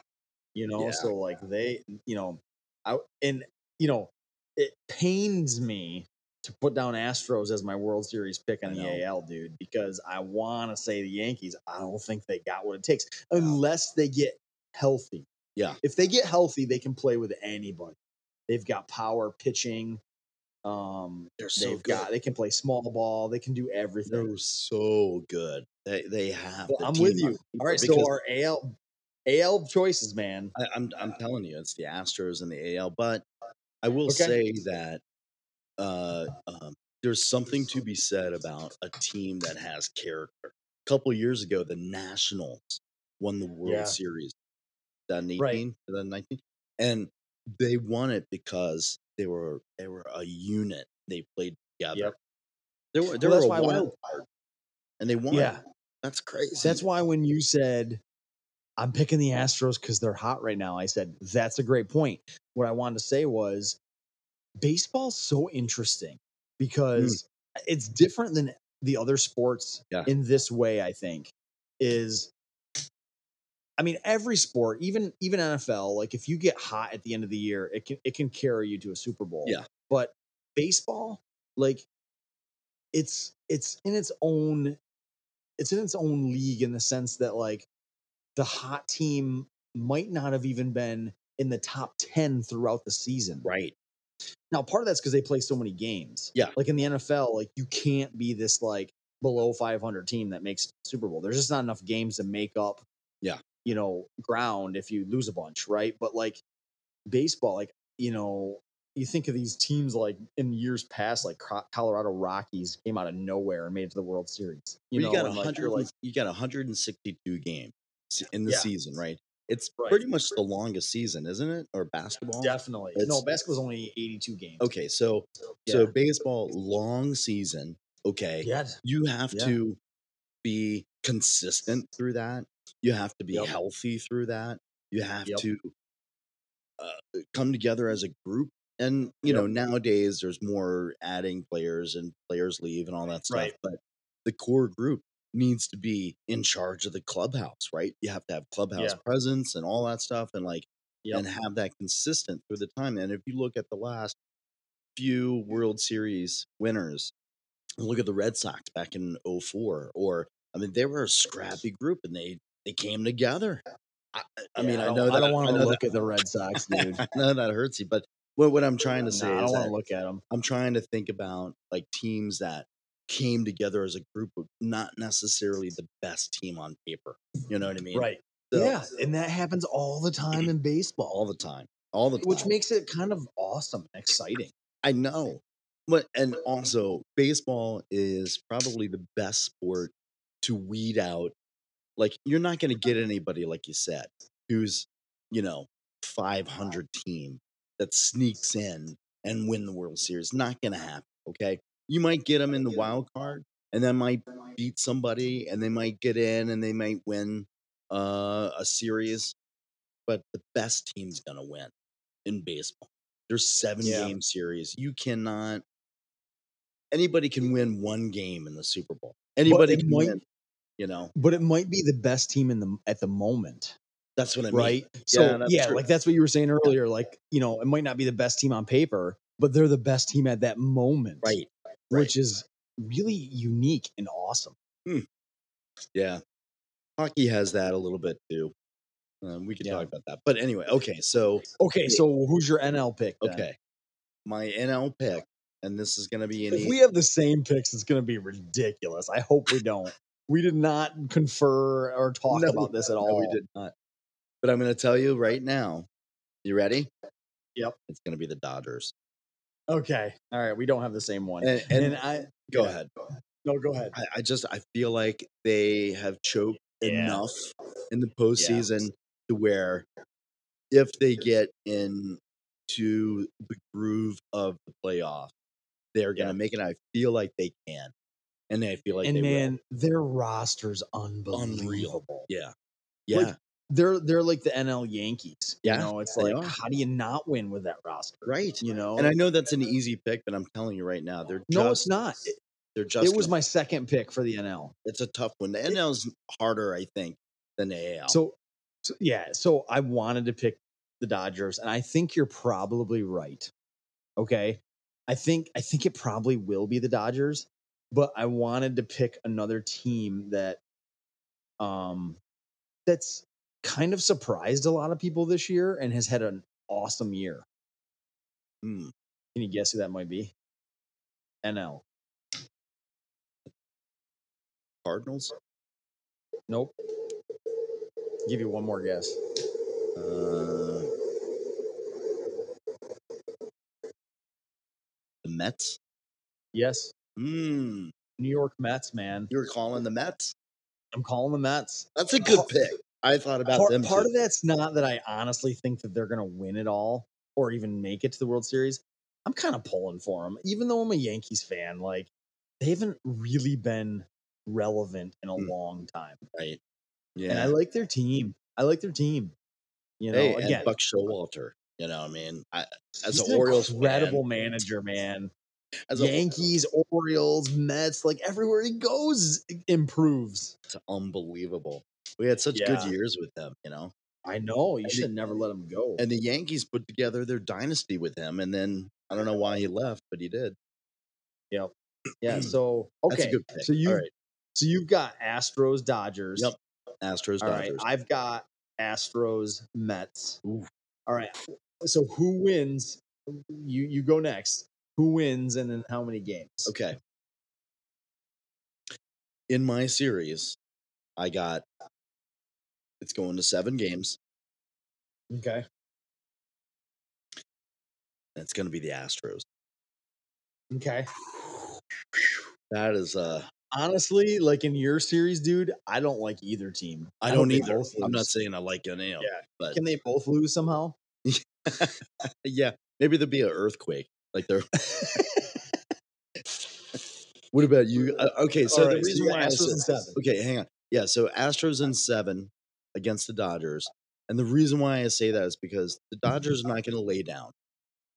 S1: you know
S2: Yeah.
S1: so like they you know i and you know it pains me to put down astros as my world series pick
S2: I
S1: on the
S2: know.
S1: al dude because i want to say the yankees i don't think they got what it takes unless they get healthy
S2: Yeah.
S1: if they get healthy they can play with anybody they've got power pitching um
S2: they're so
S1: they've
S2: good.
S1: got they can play small ball they can do everything
S2: They're so good. They they have.
S1: Well,
S2: the
S1: i'm with
S2: team on
S1: you all right
S2: because-
S1: so our al al choices man
S2: I, I'm I'm telling you, it's the Astros and the AL. But I will
S1: Okay.
S2: say that uh, um, there's something to be said about a team that has character. A couple years ago, the Nationals won the World
S1: Yeah.
S2: Series, 2018,
S1: Right.
S2: 2019, and they won it because they were they were a unit. They played together.
S1: Yep.
S2: There were there
S1: that's
S2: were
S1: why
S2: a
S1: when I-
S2: wild card, and they won.
S1: yeah
S2: that's crazy.
S1: That's why when you said I'm picking the Astros because they're hot right now, I said that's a great point. What I wanted to say was baseball's so interesting because it's different than the other sports
S2: Yeah.
S1: in this way. I think is, I mean, every sport, even even NFL, like if you get hot at the end of the year, it can it can carry you to a Super Bowl.
S2: Yeah.
S1: but baseball, like it's it's in its own it's in its own league in the sense that like the hot team might not have even been in the top 10 throughout the season
S2: right.
S1: now part of that's because they play so many games
S2: Yeah.
S1: like in the nfl like you can't be this like below 500 team that makes super bowl there's just not enough games to make up
S2: Yeah.
S1: you know ground if you lose a bunch right but like baseball like you know you think of these teams like in years past like Co- colorado rockies came out of nowhere and made it to the world series you
S2: Well,
S1: know
S2: you got
S1: and, like, you're
S2: 100
S1: like,
S2: you got 162 games in the
S1: Yeah.
S2: season, right? It's
S1: Right.
S2: pretty much the longest season, isn't it? Or basketball?
S1: Definitely.
S2: It's-
S1: No, basketball's only 82 games.
S2: Okay, so
S1: Yeah.
S2: so baseball long season, okay.
S1: Yeah.
S2: You have
S1: Yeah.
S2: to be consistent through that. You have to be
S1: Yep.
S2: healthy through that. You have
S1: Yep.
S2: to uh, come together as a group. And you
S1: Yep.
S2: know, nowadays there's more adding players and players leave and all that stuff,
S1: Right.
S2: but the core group needs to be in charge of the clubhouse, right? You have to have clubhouse
S1: Yeah.
S2: presence and all that stuff and like
S1: Yep.
S2: and have that consistent through the time. And if you look at the last few World Series winners, look at the Red Sox back in 04 or I mean they were a scrappy group and they they came together. I, I mean,
S1: Yeah,
S2: I,
S1: don't-
S2: know that
S1: I don't want
S2: know
S1: to
S2: that-
S1: look at the Red Sox, dude.
S2: I know that hurts you, but what, what I'm trying to
S1: Nah,
S2: say
S1: I don't
S2: is
S1: want
S2: that
S1: to look at them.
S2: I'm trying to think about like teams that came together as a group of not necessarily the best team on paper. You know what I mean?
S1: Right.
S2: So,
S1: yeah. And that happens all the time in
S2: All
S1: baseball,
S2: the time. All the time.
S1: which makes it kind of awesome and exciting.
S2: I know. But and also baseball is probably the best sport to weed out. Like you're not going to get anybody like you said who's, you know, 500 team that sneaks in and win the World Series. Not going to happen. Okay. You might get them in the wild card and that might beat somebody and they might get in and they might win uh, a series, but the best team's going to win in baseball. There's seven
S3: Yeah.
S2: game series. You cannot, anybody can win one game in the Super Bowl. Anybody
S1: it
S2: can
S1: might-
S2: win, you know,
S1: but it might be the best team in the at the moment,
S2: that's what I mean.
S1: right?
S2: Yeah,
S1: So yeah,
S2: that's true.
S1: like that's what you were saying earlier. Like you know, it might not be the best team on paper, but they're the best team at that moment,
S2: Right.
S1: Which is really unique and awesome.
S2: Yeah. Hockey has that a little bit too. Um, we could
S1: Yeah.
S2: talk about that. But anyway, okay. So,
S1: Okay, so who's your NL pick? then?
S2: okay. My NL pick, and this is going to be an
S1: If
S2: easy
S1: we have the same picks, it's going to be ridiculous. I hope we don't. We did not confer or talk
S2: No,
S1: about this at
S2: no,
S1: all.
S2: we did not. But I'm going to tell you right now. You ready?
S1: Yep.
S2: It's going to be the Dodgers.
S1: Okay. All right. We don't have the same one.
S2: And, and,
S1: And, I
S2: go
S1: yeah.
S2: ahead.
S1: no, go ahead.
S2: I, I just I feel like they have choked
S1: Yeah.
S2: enough in the postseason to where if they get in to the groove of the playoff, they're going to
S3: Yeah.
S2: make it. I feel like they can, and I feel like
S1: and
S2: they
S1: man, their roster's unbelievable.
S2: will. Yeah, yeah.
S1: Like, They're they're like the NL Yankees.
S2: Yeah,
S1: You know, it's
S2: they
S1: like
S2: are.
S1: how do you not win with that roster?
S2: Right.
S1: You know,
S2: and I know that's an easy pick, but I'm telling you right now, they're
S1: Oh. no,
S2: just
S1: it's not. It,
S2: they're
S1: it
S2: just
S1: was
S2: gonna
S1: my second pick for the NL.
S2: it's a tough one. The NL's harder, I think, than the AL.
S1: So, so yeah, so I wanted to pick the Dodgers, and I think you're probably right. Okay, I think I think it probably will be the Dodgers, but I wanted to pick another team that, um, that's kind of surprised a lot of people this year and has had an awesome year.
S2: Hmm.
S1: Can you guess who that might be? NL.
S2: Cardinals,
S1: Nope. Give you one more guess.
S2: uh, the Mets.
S1: Yes,
S2: Hmm.
S1: New York Mets, man.
S2: You're calling the Mets.
S1: I'm calling the Mets.
S2: That's a good
S1: Har-
S2: pick. I thought about
S1: part,
S2: them.
S1: part
S2: too.
S1: of that's not that I honestly think that they're going to win it all or even make it to the World Series. I'm kind of pulling for them, even though I'm a Yankees fan. Like they haven't really been relevant in a
S2: Hmm.
S1: long time,
S2: right. Yeah.
S1: and I like their team. I like their team. You know,
S2: hey, and
S1: again,
S2: Buck Showalter. You know, what I mean, I, as
S1: he's
S2: an
S1: an
S2: Orioles fan-
S1: incredible manager, man.
S2: as a-
S1: Yankees, Orioles, Mets, like everywhere he goes it improves.
S2: it's unbelievable. We had such good
S1: Yeah.
S2: years with them, you know.
S1: I know you
S2: And
S1: should
S2: the-
S1: never let him go.
S2: And the Yankees put together their dynasty with him, and then I don't know why he left, but he did.
S1: yeah, so okay.
S2: That's a good pick.
S1: So you
S2: All right.
S1: so you've got Astros, Dodgers.
S2: Yep. Astros,
S1: All right,
S2: Dodgers.
S1: I've got Astros, Mets.
S2: Ooh.
S1: All right. So who wins? You you go next. Who wins and then how many games?
S2: Okay. In my series, I got it's going to seven games.
S1: Okay.
S2: And it's going to be the Astros.
S1: Okay.
S2: That is uh,
S1: Honestly, like in your series, dude, I don't like either team.
S2: I
S1: hope
S2: don't
S1: they
S2: either.
S1: both
S2: I'm not
S1: lose.
S2: saying I like any of them, but
S1: Can they both lose somehow?
S2: yeah, maybe there'll be an earthquake. Like there. what about you? Uh, okay, so
S1: All
S2: the
S1: right, so
S2: reason
S1: you got
S2: why I
S1: Astros
S2: said
S1: in seven.
S2: okay, hang on. Yeah, so Astros in seven against the Dodgers, and the reason why I say that is because the Dodgers are not going to lay down,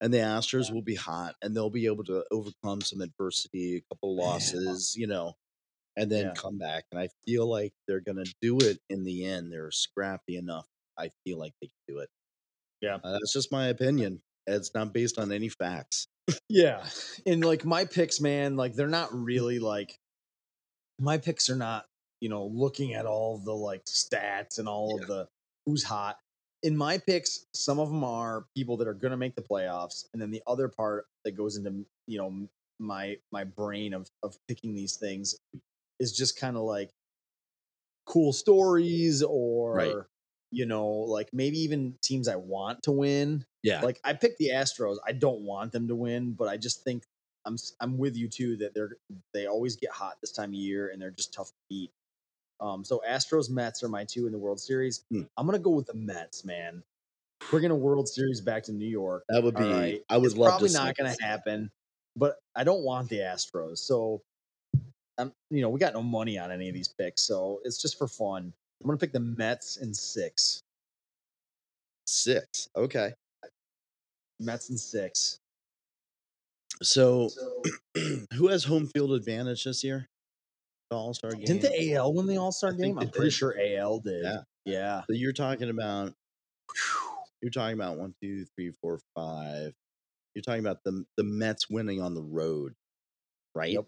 S2: and the Astros will be hot, and they'll be able to overcome some adversity, a couple losses, you know, and then
S1: Yeah.
S2: come back. And I feel like they're going to do it in the end. They're scrappy enough. I feel like they can do it.
S1: Yeah.
S2: Uh, that's just my opinion. It's not based on any facts.
S1: Yeah. And like my picks, man, like they're not really like my picks are not, you know, looking at all the like stats and all of the who's hot. In my picks, some of them are people that are going to make the playoffs, and then the other part that goes into you know my my brain of of picking these things is just kind of like cool stories or
S2: Right.
S1: you know like maybe even teams I want to win
S2: Yeah.
S1: like I picked the Astros. I don't want them to win, but I just think I'm s- I'm with you too that they're they always get hot this time of year and they're just tough to beat. Um, so Astros Mets are my two in the World Series.
S2: Hmm.
S1: I'm gonna go with the Mets, man. bringing a World Series back to New York.
S2: That would be.
S1: All right.
S2: I would
S1: It's
S2: love
S1: probably
S2: to.
S1: not going
S2: to.
S1: to happen, but I don't want the Astros. So, I'm, you know, we got no money on any of these picks. So it's just for fun. I'm going to pick the Mets in six.
S2: Six. Okay.
S1: Mets in six.
S2: So, who has home field advantage this year? The All Star game.
S1: Didn't the AL win the All Star
S2: I think
S1: game?
S2: they
S1: I'm pretty
S2: did.
S1: sure AL did.
S2: Yeah.
S1: yeah.
S2: So you're talking about you're talking about one, two, three, four, five. You're talking about the the Mets winning on the road, right?
S1: Yep.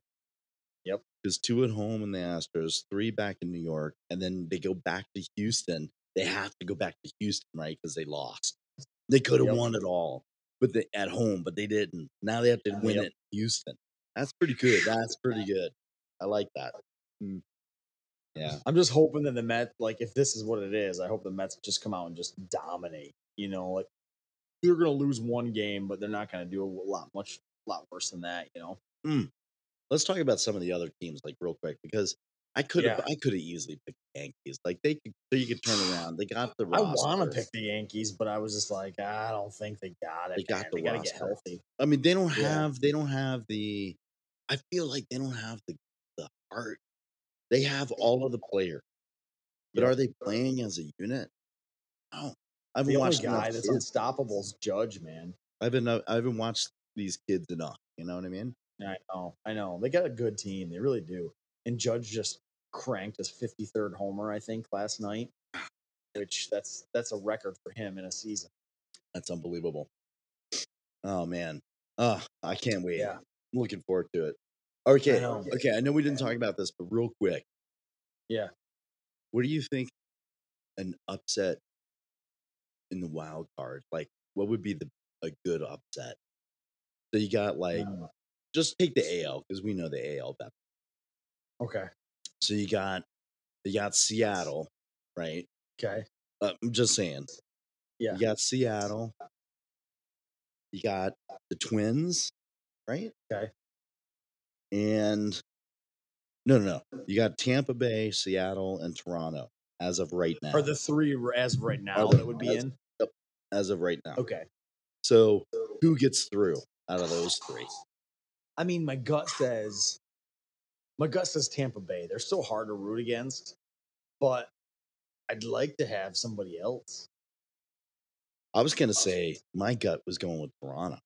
S1: Yep.
S2: Because two at home in the Astros, three back in New York, and then they go back to Houston. They have to go back to Houston, right? Because they lost. They could have
S1: Yep.
S2: won it all, but they, at home, but they didn't. Now they have to win
S1: Yep.
S2: it in Houston. That's pretty good. That's pretty good. I like that. Mm. Yeah.
S1: I'm just hoping that the Mets, like, if this is what it is, I hope the Mets just come out and just dominate. You know, like they're gonna lose one game, but they're not gonna do a lot much, lot worse than that. You know,
S2: let's talk about some of the other teams like real quick because I could have
S1: Yeah.
S2: I could have easily picked the Yankees. Like they could so you could turn around. They got the
S1: I
S2: roster.
S1: want to pick the Yankees, but I was just like, I don't think they got it.
S2: They got
S1: man.
S2: the
S1: they gotta get
S2: roster.
S1: healthy.
S2: I mean they don't
S1: Yeah.
S2: have they don't have the I feel like they don't have the the heart. They have all of the player. But
S1: Yep.
S2: are they playing as a unit? No. I haven't
S1: The only
S2: watched
S1: guy
S2: enough
S1: that's
S2: kids.
S1: unstoppable is Judge, man.
S2: I've been I haven't watched these kids enough. You know what I mean?
S1: I know, I know. They got a good team, they really do. And Judge just cranked his 53rd homer, I think, last night, which that's that's a record for him in a season.
S2: That's unbelievable. Oh man. Uh I can't wait.
S1: Yeah,
S2: I'm looking forward to it. Okay.
S1: know.
S2: okay. I know we didn't talk about this, but real quick.
S1: Yeah.
S2: What do you think an upset in the wild card? Like, what would be the a good upset? So you got like
S1: Um,
S2: just take the AL because we know the AL better.
S1: okay,
S2: So you got you got Seattle, right?
S1: okay,
S2: Uh, I'm just saying.
S1: Yeah.
S2: You got Seattle. You got the Twins, right?
S1: Okay.
S2: And no, no, no. You got Tampa Bay, Seattle, and Toronto as of right now.
S1: are the three r- as of right now
S2: the-
S1: that would be
S2: as-
S1: in?
S2: as of right now.
S1: Okay,
S2: So who gets through out of those three?
S1: I mean, my gut says, my gut says Tampa Bay. They're so hard to root against, but I'd like to have somebody else.
S2: I was gonna say my gut was going with Toronto.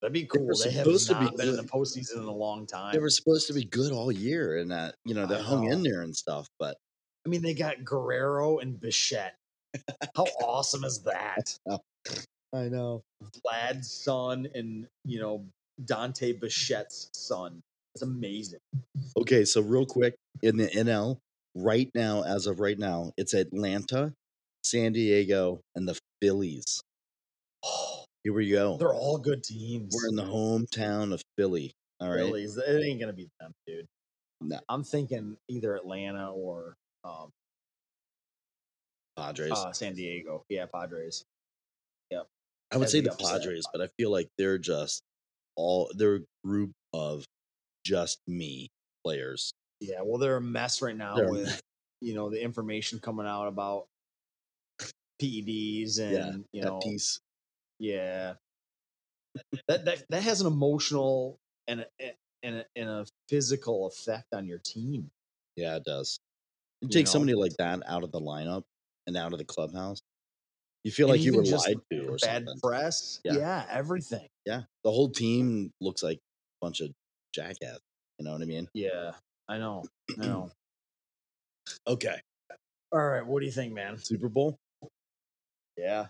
S1: That'd be
S2: They were
S1: cool. They have
S2: supposed to be
S1: not been in the
S2: good.
S1: postseason in a long time.
S2: They were supposed to be good all year, and that you know they
S1: I
S2: hung in
S1: know.
S2: there and stuff. But
S1: I mean, they got Guerrero and Bichette. How awesome is that?
S2: I know
S1: Vlad's son and you know Dante Bichette's son. It's amazing.
S2: Okay, so real quick in the NL right now, as of right now, it's Atlanta, San Diego, and the Phillies. Here we go.
S1: Oh, They're all good teams.
S2: We're in the hometown of Philly. All right.
S1: Phillies. It ain't gonna be them, dude.
S2: No.
S1: I'm thinking either Atlanta or um,
S2: Padres.
S1: uh, San Diego. Yeah, Padres.
S2: I would
S1: as
S2: say
S1: the
S2: the
S1: upset.
S2: Padres, but I feel like they're just all they're a group of just me players.
S1: Yeah, well, they're a mess right now
S2: They're a
S1: with you know the information coming out about PEDs and you
S2: at
S1: know
S2: peace.
S1: yeah that that that has an emotional and a, and a, and a physical effect on your team.
S2: Yeah, it does. You
S1: You
S2: take
S1: know?
S2: somebody like that out of the lineup and out of the clubhouse. You feel like
S1: And
S2: you
S1: even
S2: were
S1: just
S2: lied to or
S1: bad
S2: something.
S1: press.
S2: Yeah.
S1: Yeah. everything.
S2: Yeah. The whole team looks like a bunch of jackass. You know what I mean?
S1: Yeah, I know. I know.
S2: Okay.
S1: All right, what do you think, man?
S2: Super Bowl?
S1: Yeah,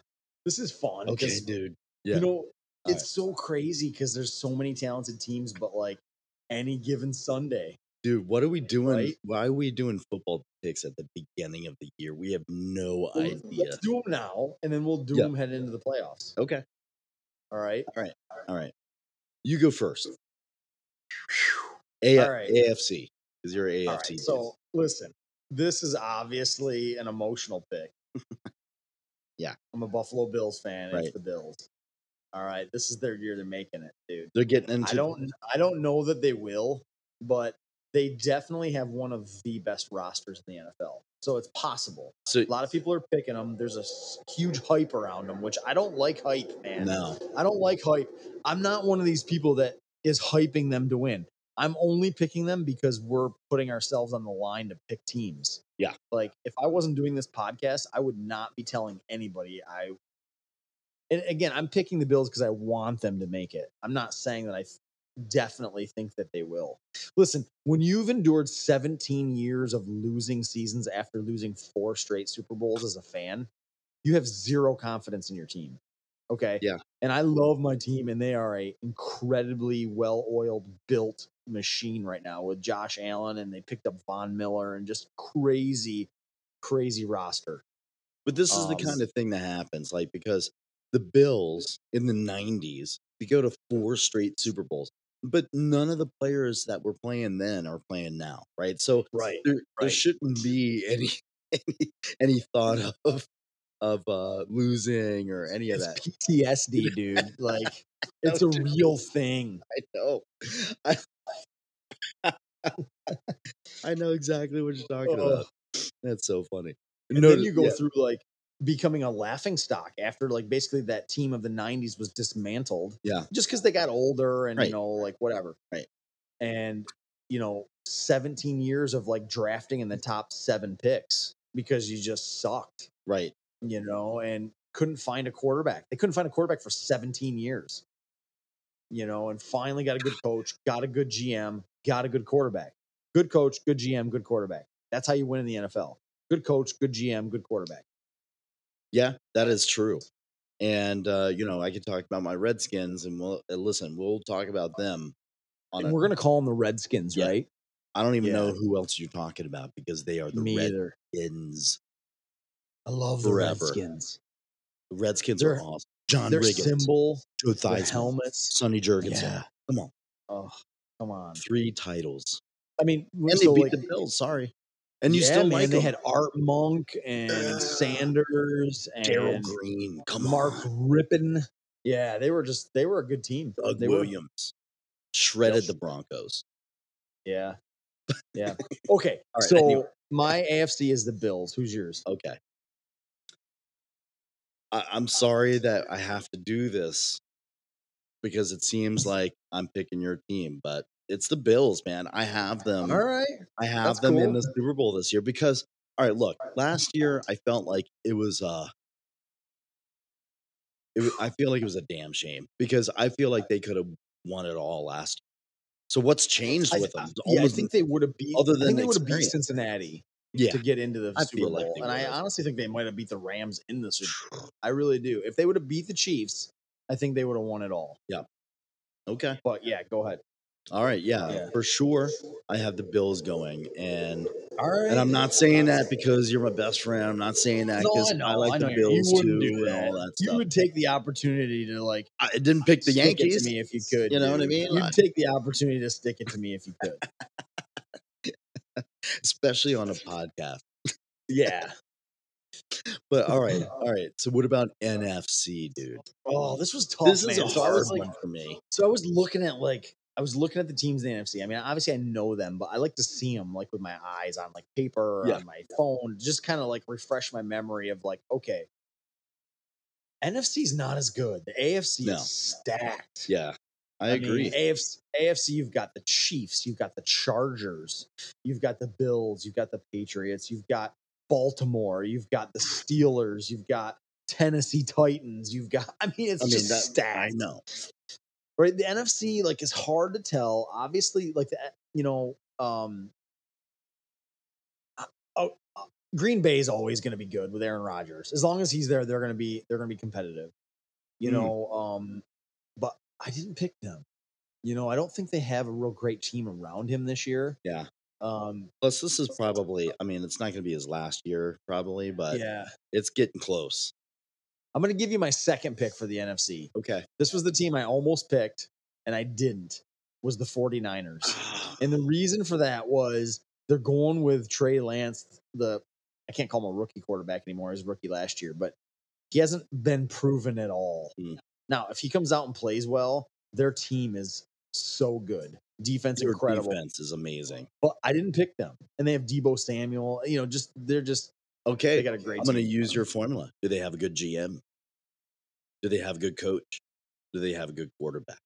S1: this is fun. 'cause,
S2: dude. Yeah.
S1: you know
S2: right.
S1: it's so crazy because there's so many talented teams, but like any given Sunday,
S2: dude, what are we doing?
S1: Right?
S2: Why are we doing football picks at the beginning of the year? We have no
S1: Well,
S2: idea.
S1: let's do them now, and then we'll do
S2: Yeah.
S1: them heading into the playoffs.
S2: Okay.
S1: All right.
S2: All right. You go first. A-
S1: All right.
S2: AFC. Because you're an AFC.
S1: All right. So listen, this is obviously an emotional pick.
S2: Yeah.
S1: I'm a Buffalo Bills fan. and
S2: Right.
S1: It's the Bills. All right. This is their year. They're making it, dude.
S2: they're getting into
S1: I don't. I don't know that they will, but they definitely have one of the best rosters in the NFL. So it's possible.
S2: So
S1: A lot of people are picking them. There's a s- huge hype around them, which I don't like hype, man.
S2: no,
S1: I don't like hype. I'm not one of these people that is hyping them to win. I'm only picking them because we're putting ourselves on the line to pick teams.
S2: Yeah.
S1: Like if I wasn't doing this podcast, I would not be telling anybody I and again, I'm picking the Bills because I want them to make it. I'm not saying that I definitely think that they will. Listen, when you've endured 17 years of losing seasons after losing four straight Super Bowls as a fan, you have zero confidence in your team. Okay.
S2: Yeah.
S1: And I love my team, and they are a incredibly well-oiled, built machine right now with Josh Allen, and they picked up Von Miller, and just crazy, crazy roster.
S2: but this is the
S1: Um,
S2: kind of thing that happens, like because the Bills in the '90s they go to four straight Super Bowls, but none of the players that were playing then are playing now, right? So
S1: Right.
S2: there, there
S1: Right.
S2: shouldn't be any, any any thought of of uh losing or any of
S1: It's
S2: that.
S1: PTSD, dude. Like it's a
S2: dude.
S1: real thing.
S2: I know. I, I know exactly what you're talking
S1: Ugh.
S2: about. That's so funny.
S1: Oh. And then
S2: Notice-
S1: you go
S2: yeah,
S1: through like becoming a laughing stock after like basically that team of the 90s was dismantled
S2: Yeah.
S1: just because they got older and
S2: Right.
S1: you know like whatever
S2: Right.
S1: and you know 17 years of like drafting in the
S2: Mm.
S1: top seven picks because you just sucked
S2: right.
S1: you know and couldn't find a quarterback they couldn't find a quarterback for 17 years you know and finally got a good coach got a good gm got a good quarterback good coach good gm good quarterback that's how you win in the nfl good coach good gm good quarterback
S2: Yeah, that is true. And uh, you know, I could talk about my Redskins, and we'll uh, listen. We'll talk about them on.
S1: And
S2: A,
S1: we're gonna call them the Redskins,
S2: Yeah.
S1: right?
S2: I don't even
S1: yeah.
S2: know who else you're talking about because they are the
S1: either.
S2: Redskins.
S1: I love the
S2: Forever.
S1: Redskins.
S2: The Redskins are
S1: They're-
S2: awesome. John
S1: Their
S2: Riggins,
S1: symbol,
S2: Joe
S1: their
S2: Theismann,
S1: helmets.
S2: Sonny Jurgensen.
S1: Yeah.
S2: Come on,
S1: Oh, come on.
S2: three titles,
S1: I mean,
S2: and
S1: so
S2: they beat
S1: like,
S2: the Bills. Sorry, and you
S1: yeah,
S2: still
S1: man,
S2: like
S1: they
S2: them.
S1: had Art Monk
S2: Ah.
S1: and Sanders
S2: Daryl
S1: and
S2: Green. Come
S1: Mark
S2: on,
S1: Rippon. Yeah, they were just they were a good team.
S2: Doug
S1: they were.
S2: Williams shredded
S1: Yep.
S2: the Broncos.
S1: Yeah. Yeah. Okay.
S2: All right,
S1: so
S2: anyway.
S1: my AFC is the Bills. Who's yours?
S2: Okay.
S1: Uh,
S2: I, I'm sorry that I have to do this because it seems like I'm picking your team, but it's the Bills, man. I have them.
S1: All right.
S2: I have
S1: that's
S2: them in
S1: cool.
S2: the Super Bowl this year because, all right, look, last year I felt like it was, uh, it was, I feel like it was a damn shame because I feel like they could have won it all last year. So what's changed
S1: I,
S2: with them?
S1: yeah, I think they would have beat.
S2: other
S1: I
S2: than
S1: think they would have beat
S2: experience.
S1: Cincinnati.
S2: yeah,
S1: to get into the
S2: I
S1: Super
S2: feel like
S1: Bowl.
S2: they
S1: and I
S2: would've.
S1: honestly think they might have beat the Rams in the Super Bowl. I really do. If they would have beat the Chiefs, I think they would have won it all.
S2: okay.
S1: But yeah, go ahead.
S2: All right, yeah,
S1: Yeah.
S2: for sure. I have the Bills going, and
S1: All right.
S2: and I'm not saying that because you're my best friend. I'm not saying that
S1: no,
S2: because
S1: I, know,
S2: I like
S1: I know
S2: the
S1: you-
S2: Bills
S1: you
S2: too
S1: wouldn't do
S2: and
S1: that.
S2: all that
S1: You
S2: stuff.
S1: would take the opportunity to like
S2: I didn't pick the
S1: stick it
S2: Yankees.
S1: to me if you could.
S2: You know what I
S1: dude.
S2: mean? I-
S1: You'd take the opportunity to stick it to me if you could.
S2: especially on a podcast.
S1: yeah.
S2: But all right, all right. So what about NFC, dude?
S1: Oh, this was tough,
S2: This
S1: man.
S2: is a
S1: so I
S2: hard
S1: was like,
S2: one for me.
S1: So I was looking at like I was looking at the teams in the NFC. I mean, obviously I know them, but I like to see them like with my eyes on like paper or
S2: Yeah.
S1: on my phone, just kind of like refresh my memory of like, okay, NFC's not as good. The AFC
S2: No.
S1: is stacked.
S2: Yeah, I,
S1: I
S2: agree.
S1: Mean, AFC, AFC, you've got the Chiefs, you've got the Chargers, you've got the Bills, you've got the Patriots, you've got Baltimore, you've got the Steelers, you've got Tennessee Titans, you've got. I mean, it's
S2: I mean
S1: just
S2: that.
S1: stacked
S2: I know.
S1: right the nfc like is hard to tell obviously like the you know um uh, oh, uh, green bay is always going to be good with aaron rodgers as long as he's there they're going to be they're going to be competitive you
S2: Mm.
S1: know um but i didn't pick them you know i don't think they have a real great team around him this year
S2: Yeah.
S1: um
S2: Plus, this is probably. I mean, it's not going to be his last year, probably, but
S1: yeah
S2: it's getting close.
S1: i'm going to give you my second pick for the nfc
S2: Okay.
S1: this was the team i almost picked and i didn't was the 49ers And the reason for that was they're going with Trey Lance, the I can't call him a rookie quarterback anymore. He was a rookie last year, but he hasn't been proven at all.
S2: Mm.
S1: Now, if he comes out and plays well, their team is so good. defense
S2: Their
S1: incredible.
S2: defense is amazing.
S1: But I didn't pick them, and they have Debo Samuel. You know, just they're just
S2: Okay,
S1: they got a great.
S2: I'm going to
S1: team.
S2: use your formula. Do they have a good GM? Do they have a good coach? Do they have a good quarterback?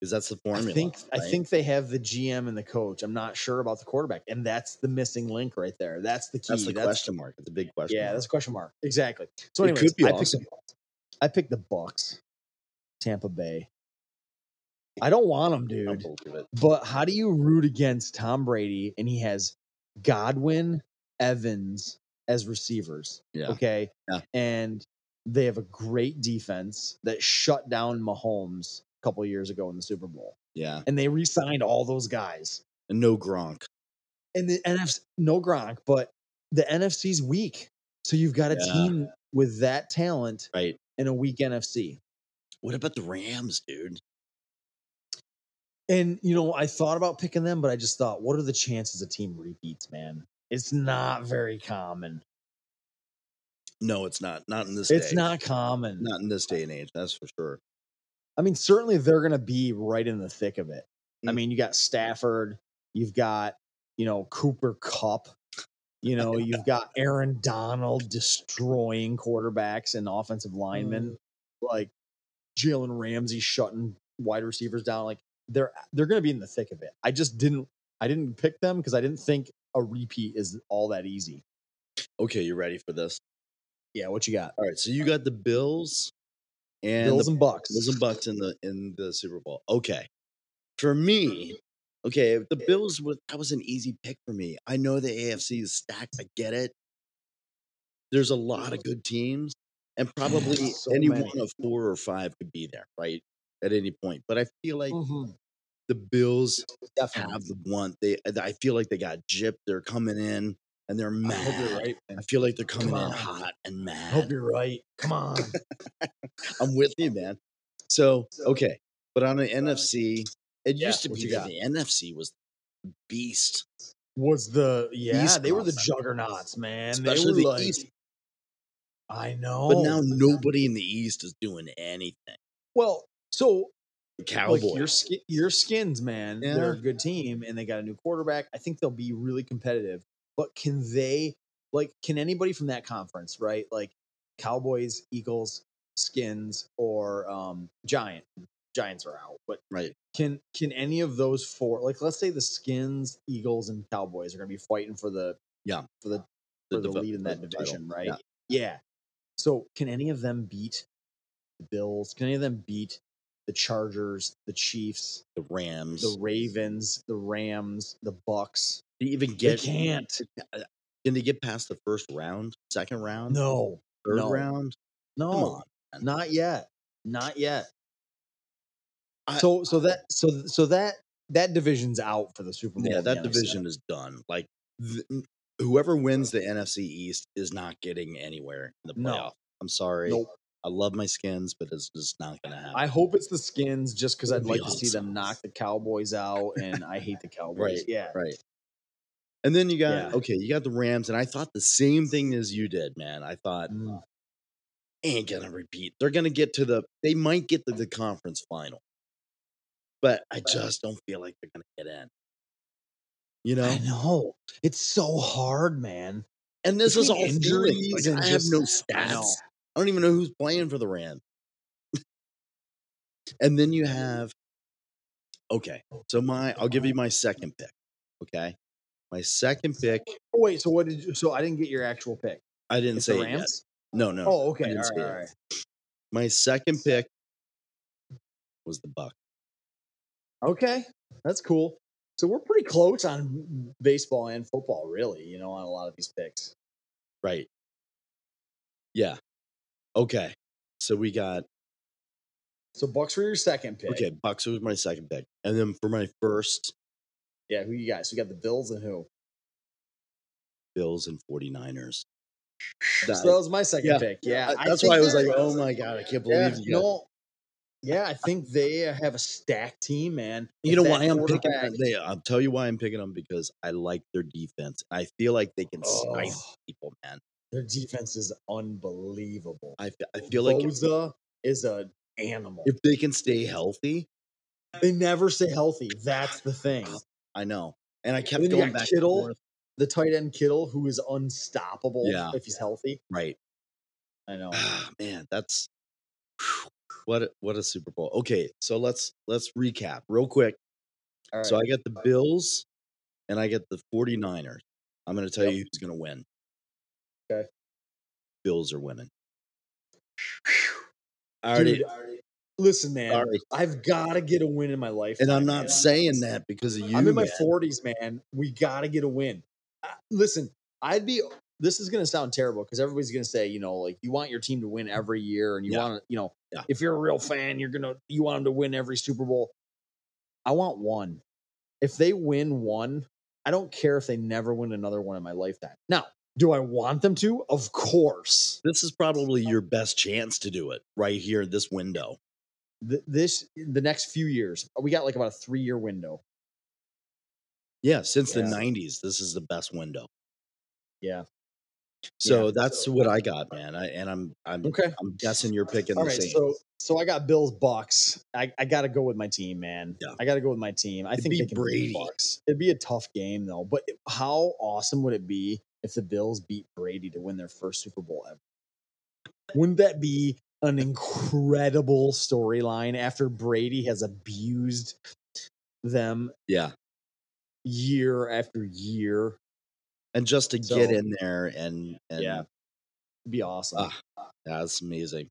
S2: Because that's the
S1: I
S2: formula.
S1: think I
S2: right?
S1: think they have the GM and the coach. I'm not sure about the quarterback, and that's the missing link right there. That's the key.
S2: that's the question mark. It's a big question.
S1: Yeah,
S2: mark.
S1: that's a question mark. Exactly. So
S2: It
S1: anyways,
S2: could be
S1: I picked
S2: awesome.
S1: the- I picked the Bucks, Tampa Bay. I don't want them,
S2: I
S1: dude.
S2: don't believe it.
S1: But how do you root against Tom Brady and he has Godwin, Evans as receivers?
S2: Yeah.
S1: Okay.
S2: Yeah.
S1: And they have a great defense that shut down Mahomes a couple years ago in the Super Bowl.
S2: Yeah,
S1: And they re signed all those guys.
S2: and no Gronk.
S1: And the NFC, no Gronk, but the NFC's weak. So you've got a
S2: Yeah.
S1: team with that talent
S2: Right.
S1: and a weak NFC.
S2: What about the Rams, dude?
S1: And you know, I thought about picking them, but I just thought, what are the chances a team repeats, man? It's not very common.
S2: No, it's not. Not in this.
S1: It's
S2: day.
S1: not common.
S2: Not in this day and age. That's for sure.
S1: I mean, certainly they're going to be right in the thick of it. I
S2: Mm.
S1: mean, you got Stafford, you've got, you know, Cooper Cup, you know, you've got Aaron Donald destroying quarterbacks and offensive linemen, like Jalen Ramsey shutting wide receivers down. Like they're they're going to be in the thick of it. I just didn't I didn't pick them because I didn't think a repeat is all that easy.
S2: Okay, you ready for this?
S1: Yeah, what you got?
S2: All right. So you got the Bills and
S1: Bills
S2: the
S1: and Bucks.
S2: Bills and Bucks in the in the Super Bowl. Okay. For me,
S1: Mm-hmm.
S2: okay, the Bills was that was an easy pick for me. I know the AFC is stacked. I get it. There's a lot of good teams, and probably
S1: Mm-hmm. So
S2: any
S1: many.
S2: one of four or five could be there, right? At any point. But I feel like
S1: Mhm.
S2: the Bills
S1: Definitely.
S2: have the one. They I feel like they got gypped. They're coming in and they're
S1: I hope
S2: mad.
S1: you're right. man.
S2: I feel like they're coming
S1: Come
S2: in
S1: on.
S2: hot and
S1: I
S2: mad.
S1: hope you're right. Come on.
S2: I'm with you, man. So
S1: So-
S2: okay, but on the NFC, it
S1: Yeah,
S2: used to
S1: what
S2: be
S1: you
S2: that
S1: got?
S2: the NFC was the beast,
S1: was the yeah
S2: East
S1: they were the
S2: Conference.
S1: juggernauts man
S2: especially
S1: they were
S2: the
S1: like
S2: East.
S1: i know
S2: But now nobody in the East is doing anything.
S1: well so
S2: The
S1: like
S2: Cowboys,
S1: your skin your skins man they're a
S2: Yeah.
S1: good team and they got a new quarterback i think they'll be really competitive but can they like can anybody from that conference right like cowboys eagles skins or um giant giants are out but
S2: right?
S1: can can any of those four like let's say the skins eagles and cowboys are going to be fighting for the
S2: Yeah.
S1: for the
S2: The
S1: for the,
S2: devel-
S1: lead in
S2: the
S1: that
S2: title.
S1: division right
S2: Yeah.
S1: yeah. so can any of them beat the bills can any of them beat the chargers the chiefs
S2: The Rams.
S1: the ravens the rams the bucks
S2: they even
S1: they
S2: get
S1: can't
S2: can they get past the first round, second round,
S1: no
S2: third
S1: no.
S2: round? Come
S1: no
S2: on, man.
S1: not yet not yet
S2: I-
S1: so so that so so that that division's out for the super bowl
S2: yeah,
S1: in the
S2: that
S1: NFC.
S2: division is done. Like th- whoever wins the NFC East is not getting anywhere in the
S1: No.
S2: playoff. I'm sorry.
S1: nope
S2: I love my skins, but it's just not gonna happen.
S1: I hope it's the skins just because
S2: That
S1: I'd
S2: would be
S1: like to see them
S2: awesome.
S1: knock the Cowboys out, and I hate the Cowboys.
S2: Right,
S1: Yeah.
S2: right. And then you got
S1: Yeah.
S2: okay, you got the Rams, and I thought the same thing as you did, man. I thought
S1: Mm.
S2: ain't gonna repeat. They're gonna get to the they might get to the conference final. But I just don't feel like they're gonna get in. You know?
S1: I know. It's so hard, man.
S2: And this is all
S1: Between
S2: feelings.
S1: injuries
S2: Like,
S1: and
S2: I have no
S1: just- I know.
S2: stats. I don't even know who's playing for the Rams. and then
S1: Mm-hmm.
S2: you have okay. So my I'll give you my second pick. Okay. My second pick.
S1: Oh, wait, so what did you? So I didn't get your actual pick.
S2: I didn't
S1: It's
S2: say
S1: the
S2: it yet.
S1: Rams.
S2: No, no.
S1: Oh,
S2: I
S1: okay.
S2: didn't
S1: All
S2: say
S1: right,
S2: it.
S1: all right.
S2: My second pick was the Buck.
S1: Okay, that's cool. So we're pretty close on baseball and football, really. You know, on a lot of these picks.
S2: Right. Yeah. Okay. So we got
S1: So Bucks were your second pick.
S2: okay, Bucks was my second pick. And then for my first,
S1: Yeah. Who you got? So you got the Bills and who?
S2: Bills and 49ers.
S1: So that was my second
S2: Yeah.
S1: pick. Yeah.
S2: I- that's why I was like,
S1: oh.
S2: oh my God, I can't believe
S1: Yeah,
S2: you.
S1: you know, yeah, I think they have a stacked team, man.
S2: You
S1: If
S2: know
S1: that
S2: why I'm picking
S1: quarterback-
S2: them? They, I'll tell you why I'm picking them because I like their defense. I feel like they can slice
S1: Oh,
S2: people, man.
S1: their defense is unbelievable.
S2: I, fe- I feel like if,
S1: Boza is an animal.
S2: if they can stay healthy,
S1: They never stay healthy. That's the thing.
S2: I know. And I
S1: Then
S2: kept
S1: you
S2: going
S1: got
S2: back. and
S1: Kittle,
S2: forth.
S1: the tight end Kittle, who is unstoppable
S2: Yeah.
S1: if he's healthy.
S2: Right.
S1: I know.
S2: Ah, man, that's whew, what a, what a Super Bowl. Okay, so let's let's recap real quick.
S1: All right.
S2: So I got the Bills and I got the 49ers. I'm going to tell
S1: Yep.
S2: you who's going to win.
S1: Okay.
S2: Bills are winning. I already,
S1: Dude, listen, man,
S2: Sorry.
S1: I've got to get a win in my life.
S2: and I'm not
S1: man.
S2: saying that because of you.
S1: I'm in my
S2: man.
S1: 40s, man. We got to get a win. Uh, listen, I'd be. This is going to sound terrible because everybody's going to say, you know, like you want your team to win every year, and you
S2: Mm-hmm. Yeah.
S1: want to, you know,
S2: Yeah.
S1: if you're a real fan, you're gonna you want them to win every Super Bowl. I want one. If they win one, I don't care if they never win another one in my lifetime. Now, do I want them to? Of course.
S2: This is probably your best chance to do it right here, this window.
S1: Th- this the next few years, we got like about a three year window.
S2: Yeah, since
S1: Yeah.
S2: the 90s, this is the best window.
S1: Yeah.
S2: So
S1: Yeah.
S2: that's what I got, man. I, and I'm I'm
S1: Okay.
S2: I'm guessing you're picking
S1: All
S2: the
S1: right,
S2: same.
S1: so so I got Bills Bucks. I, I got to go with my team, man.
S2: Yeah.
S1: I got to go with my team. I
S2: It'd
S1: think
S2: be
S1: they can
S2: Brady.
S1: beat the Bucks. It'd be a tough game though. But it- how awesome would it be if the Bills beat Brady to win their first Super Bowl ever? Wouldn't that be an incredible storyline after Brady has abused them
S2: yeah.
S1: year after year?
S2: And just to
S1: So-
S2: get in there and and
S1: Yeah. It'd be awesome.
S2: Ah, that's amazing.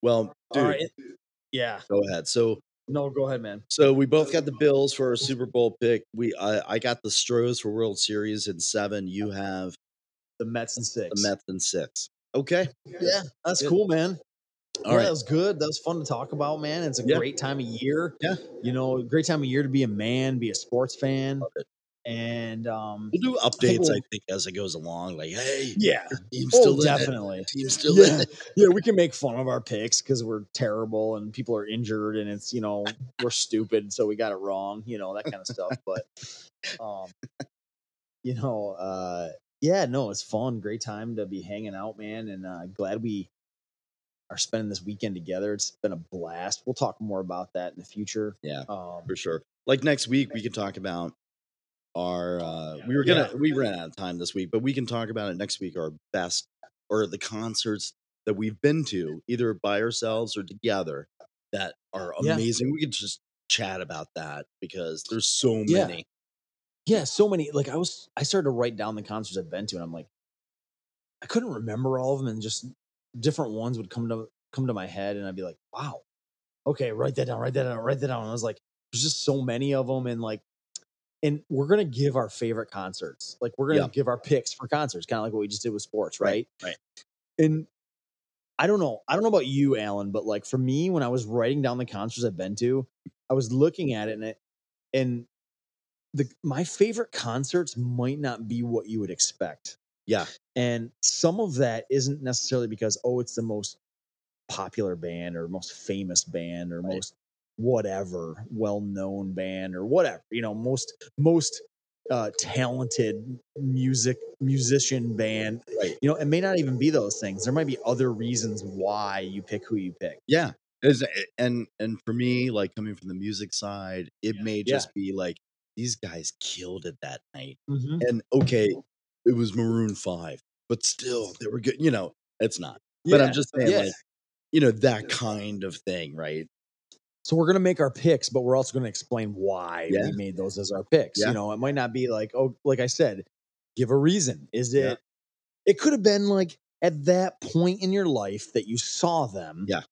S2: Well, Ah, dude,
S1: All right. Yeah.
S2: go ahead. So
S1: No, go ahead, man.
S2: so we both got the Bills for our Super Bowl pick. We I, I got the Stros for World Series in seven. You have
S1: The Mets and
S2: the
S1: six.
S2: Mets in six. Okay.
S1: Yeah, that's
S2: Good.
S1: cool, man.
S2: All
S1: yeah,
S2: right.
S1: that was good. That was fun to talk about, man. It's a
S2: Yeah.
S1: great time of year.
S2: Yeah.
S1: You know, great time of year to be a man, be a sports fan.
S2: Love it.
S1: And um
S2: We'll do updates,
S1: we'll-
S2: I think, as it goes along. Like, hey,
S1: yeah,
S2: team's still
S1: oh,
S2: in it.
S1: definitely.
S2: Team's still in
S1: Yeah.
S2: it.
S1: yeah, we can make fun of our picks because we're terrible and people are injured and it's, you know, we're stupid, so we got it wrong, you know, that kind of stuff. But um you know, uh yeah, no, it's fun. Great time to be hanging out, man, and uh glad we are spending this weekend together. It's been a blast. We'll talk more about that in the future.
S2: Yeah.
S1: Um,
S2: for sure. Like next week, we can talk about our. Uh, we were gonna we ran out of time this week, but we can talk about it next week. Our best or the concerts that we've been to, either by ourselves or together, that are
S1: Yeah.
S2: amazing. We could just chat about that because there's so many.
S1: Yeah. yeah, so many. Like I was, I started to write down the concerts I've been to, and I'm like, I couldn't remember all of them, and just different ones would come to come to my head, and I'd be like, wow, okay, write that down, write that down, write that down. And I was like, there's just so many of them, and like, and we're gonna give our favorite concerts. Like we're gonna
S2: Yeah.
S1: give our picks for concerts, kind of like what we just did with sports,
S2: Right,
S1: right?
S2: right.
S1: And I don't know. I don't know about you, Alan, but like for me, when I was writing down the concerts I've been to, I was looking at it and it and the my favorite concerts might not be what you would expect.
S2: Yeah.
S1: And some of that isn't necessarily because, oh, it's the most popular band or most famous band or
S2: Right.
S1: most whatever well-known band or whatever, you know, most most uh talented music musician band
S2: Right.
S1: you know, it may not even be those things. There might be other reasons why you pick who you pick.
S2: Yeah. It's- and and for me, like coming from the music side, it may
S1: Yeah.
S2: just be like these guys killed it that night.
S1: Mm-hmm.
S2: And okay, it was Maroon Five, but still they were good. You know, it's not. But I'm just saying,
S1: Yeah.
S2: like, you know, that kind of thing, right?
S1: so we're gonna make our picks, but we're also gonna explain why
S2: Yeah.
S1: we made those as our picks.
S2: Yeah.
S1: You know, it might not be like, oh, like I said, give a reason. Is it?
S2: Yeah.
S1: It could have been like at that point in your life that you saw them.
S2: Yeah.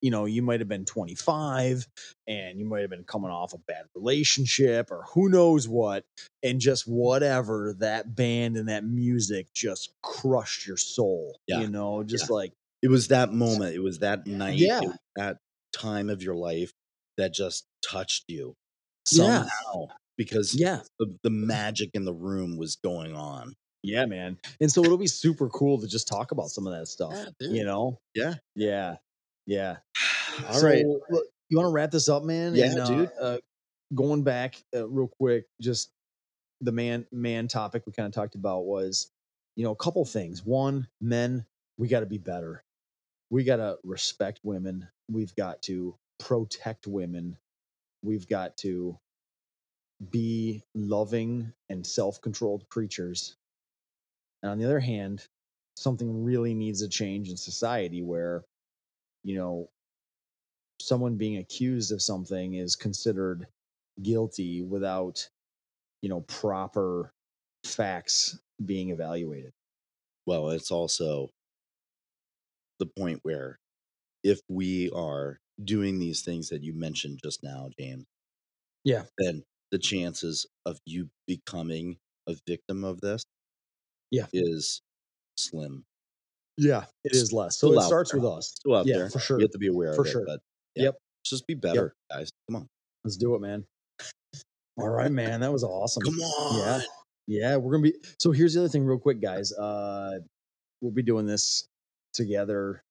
S1: You know, you might have been 25 and you might have been coming off a bad relationship or who knows what. And just whatever that band and that music just crushed your soul.
S2: Yeah.
S1: You know, just like,
S2: It was that moment. It was that night.
S1: Yeah.
S2: It was that time of your life that just touched you
S1: Yeah.
S2: somehow because
S1: yeah.
S2: the, the magic in the room was going on.
S1: Yeah, man. And so it'll be super cool to just talk about some of that stuff.
S2: Yeah, dude.
S1: you know?
S2: Yeah.
S1: Yeah. Yeah.
S2: All right.
S1: look, you want to wrap this up, man?
S2: Yeah,
S1: And, uh,
S2: dude.
S1: Uh, going back uh, real quick, just the man man topic we kind of talked about was, you know, a couple things. One, men, we got to be better. We got to respect women. We've got to protect women. we've got to be loving and self-controlled creatures. And on the other hand, something really needs a change in society where, you know, someone being accused of something is considered guilty without, you know, proper facts being evaluated.
S2: Well, it's also the point where if we are doing these things that you mentioned just now, James,
S1: Yeah.
S2: then the chances of you becoming a victim of this
S1: Yeah.
S2: is slim.
S1: Yeah, it is less. So
S2: Still
S1: it
S2: out
S1: starts
S2: there.
S1: with us.
S2: Still out
S1: yeah,
S2: there.
S1: for sure.
S2: You have to be aware
S1: For
S2: of it.
S1: sure.
S2: But
S1: Yep.
S2: let's just be better, guys. Come on.
S1: Let's do it, man. All right, man. That was awesome.
S2: Come on.
S1: Yeah. Yeah, we're gonna be so here's the other thing, real quick, guys. Uh we'll be doing this together,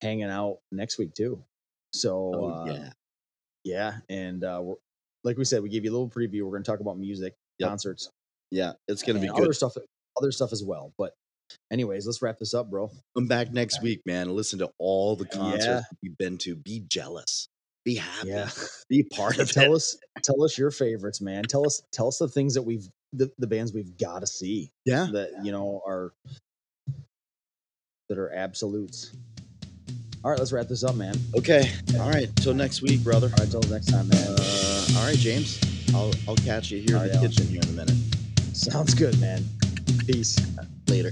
S1: hanging out next week too. So
S2: Oh,
S1: uh
S2: yeah.
S1: yeah, and uh we're like we said, we gave you a little preview. We're gonna talk about music,
S2: Yep.
S1: concerts,
S2: Yeah. It's going to be
S1: and
S2: good.
S1: other stuff other stuff as well. But anyways, let's wrap this up, bro.
S2: Come back next week, man. and Listen to all the concerts
S1: Yeah.
S2: that you've been to. Be jealous. Be happy.
S1: Yeah.
S2: Be part of
S1: tell
S2: it.
S1: us tell us your favorites, man. Tell us tell us the things that we've the, the bands we've gotta see
S2: Yeah.
S1: that you know are that are absolutes. All right, let's wrap this up, man.
S2: Okay. All right. Till next week, brother.
S1: All right, till next time, man.
S2: Uh, all right, James. I'll I'll catch you here
S1: All
S2: in
S1: right,
S2: the
S1: Alan.
S2: kitchen here in a minute.
S1: Sounds good, man. Peace.
S2: Later.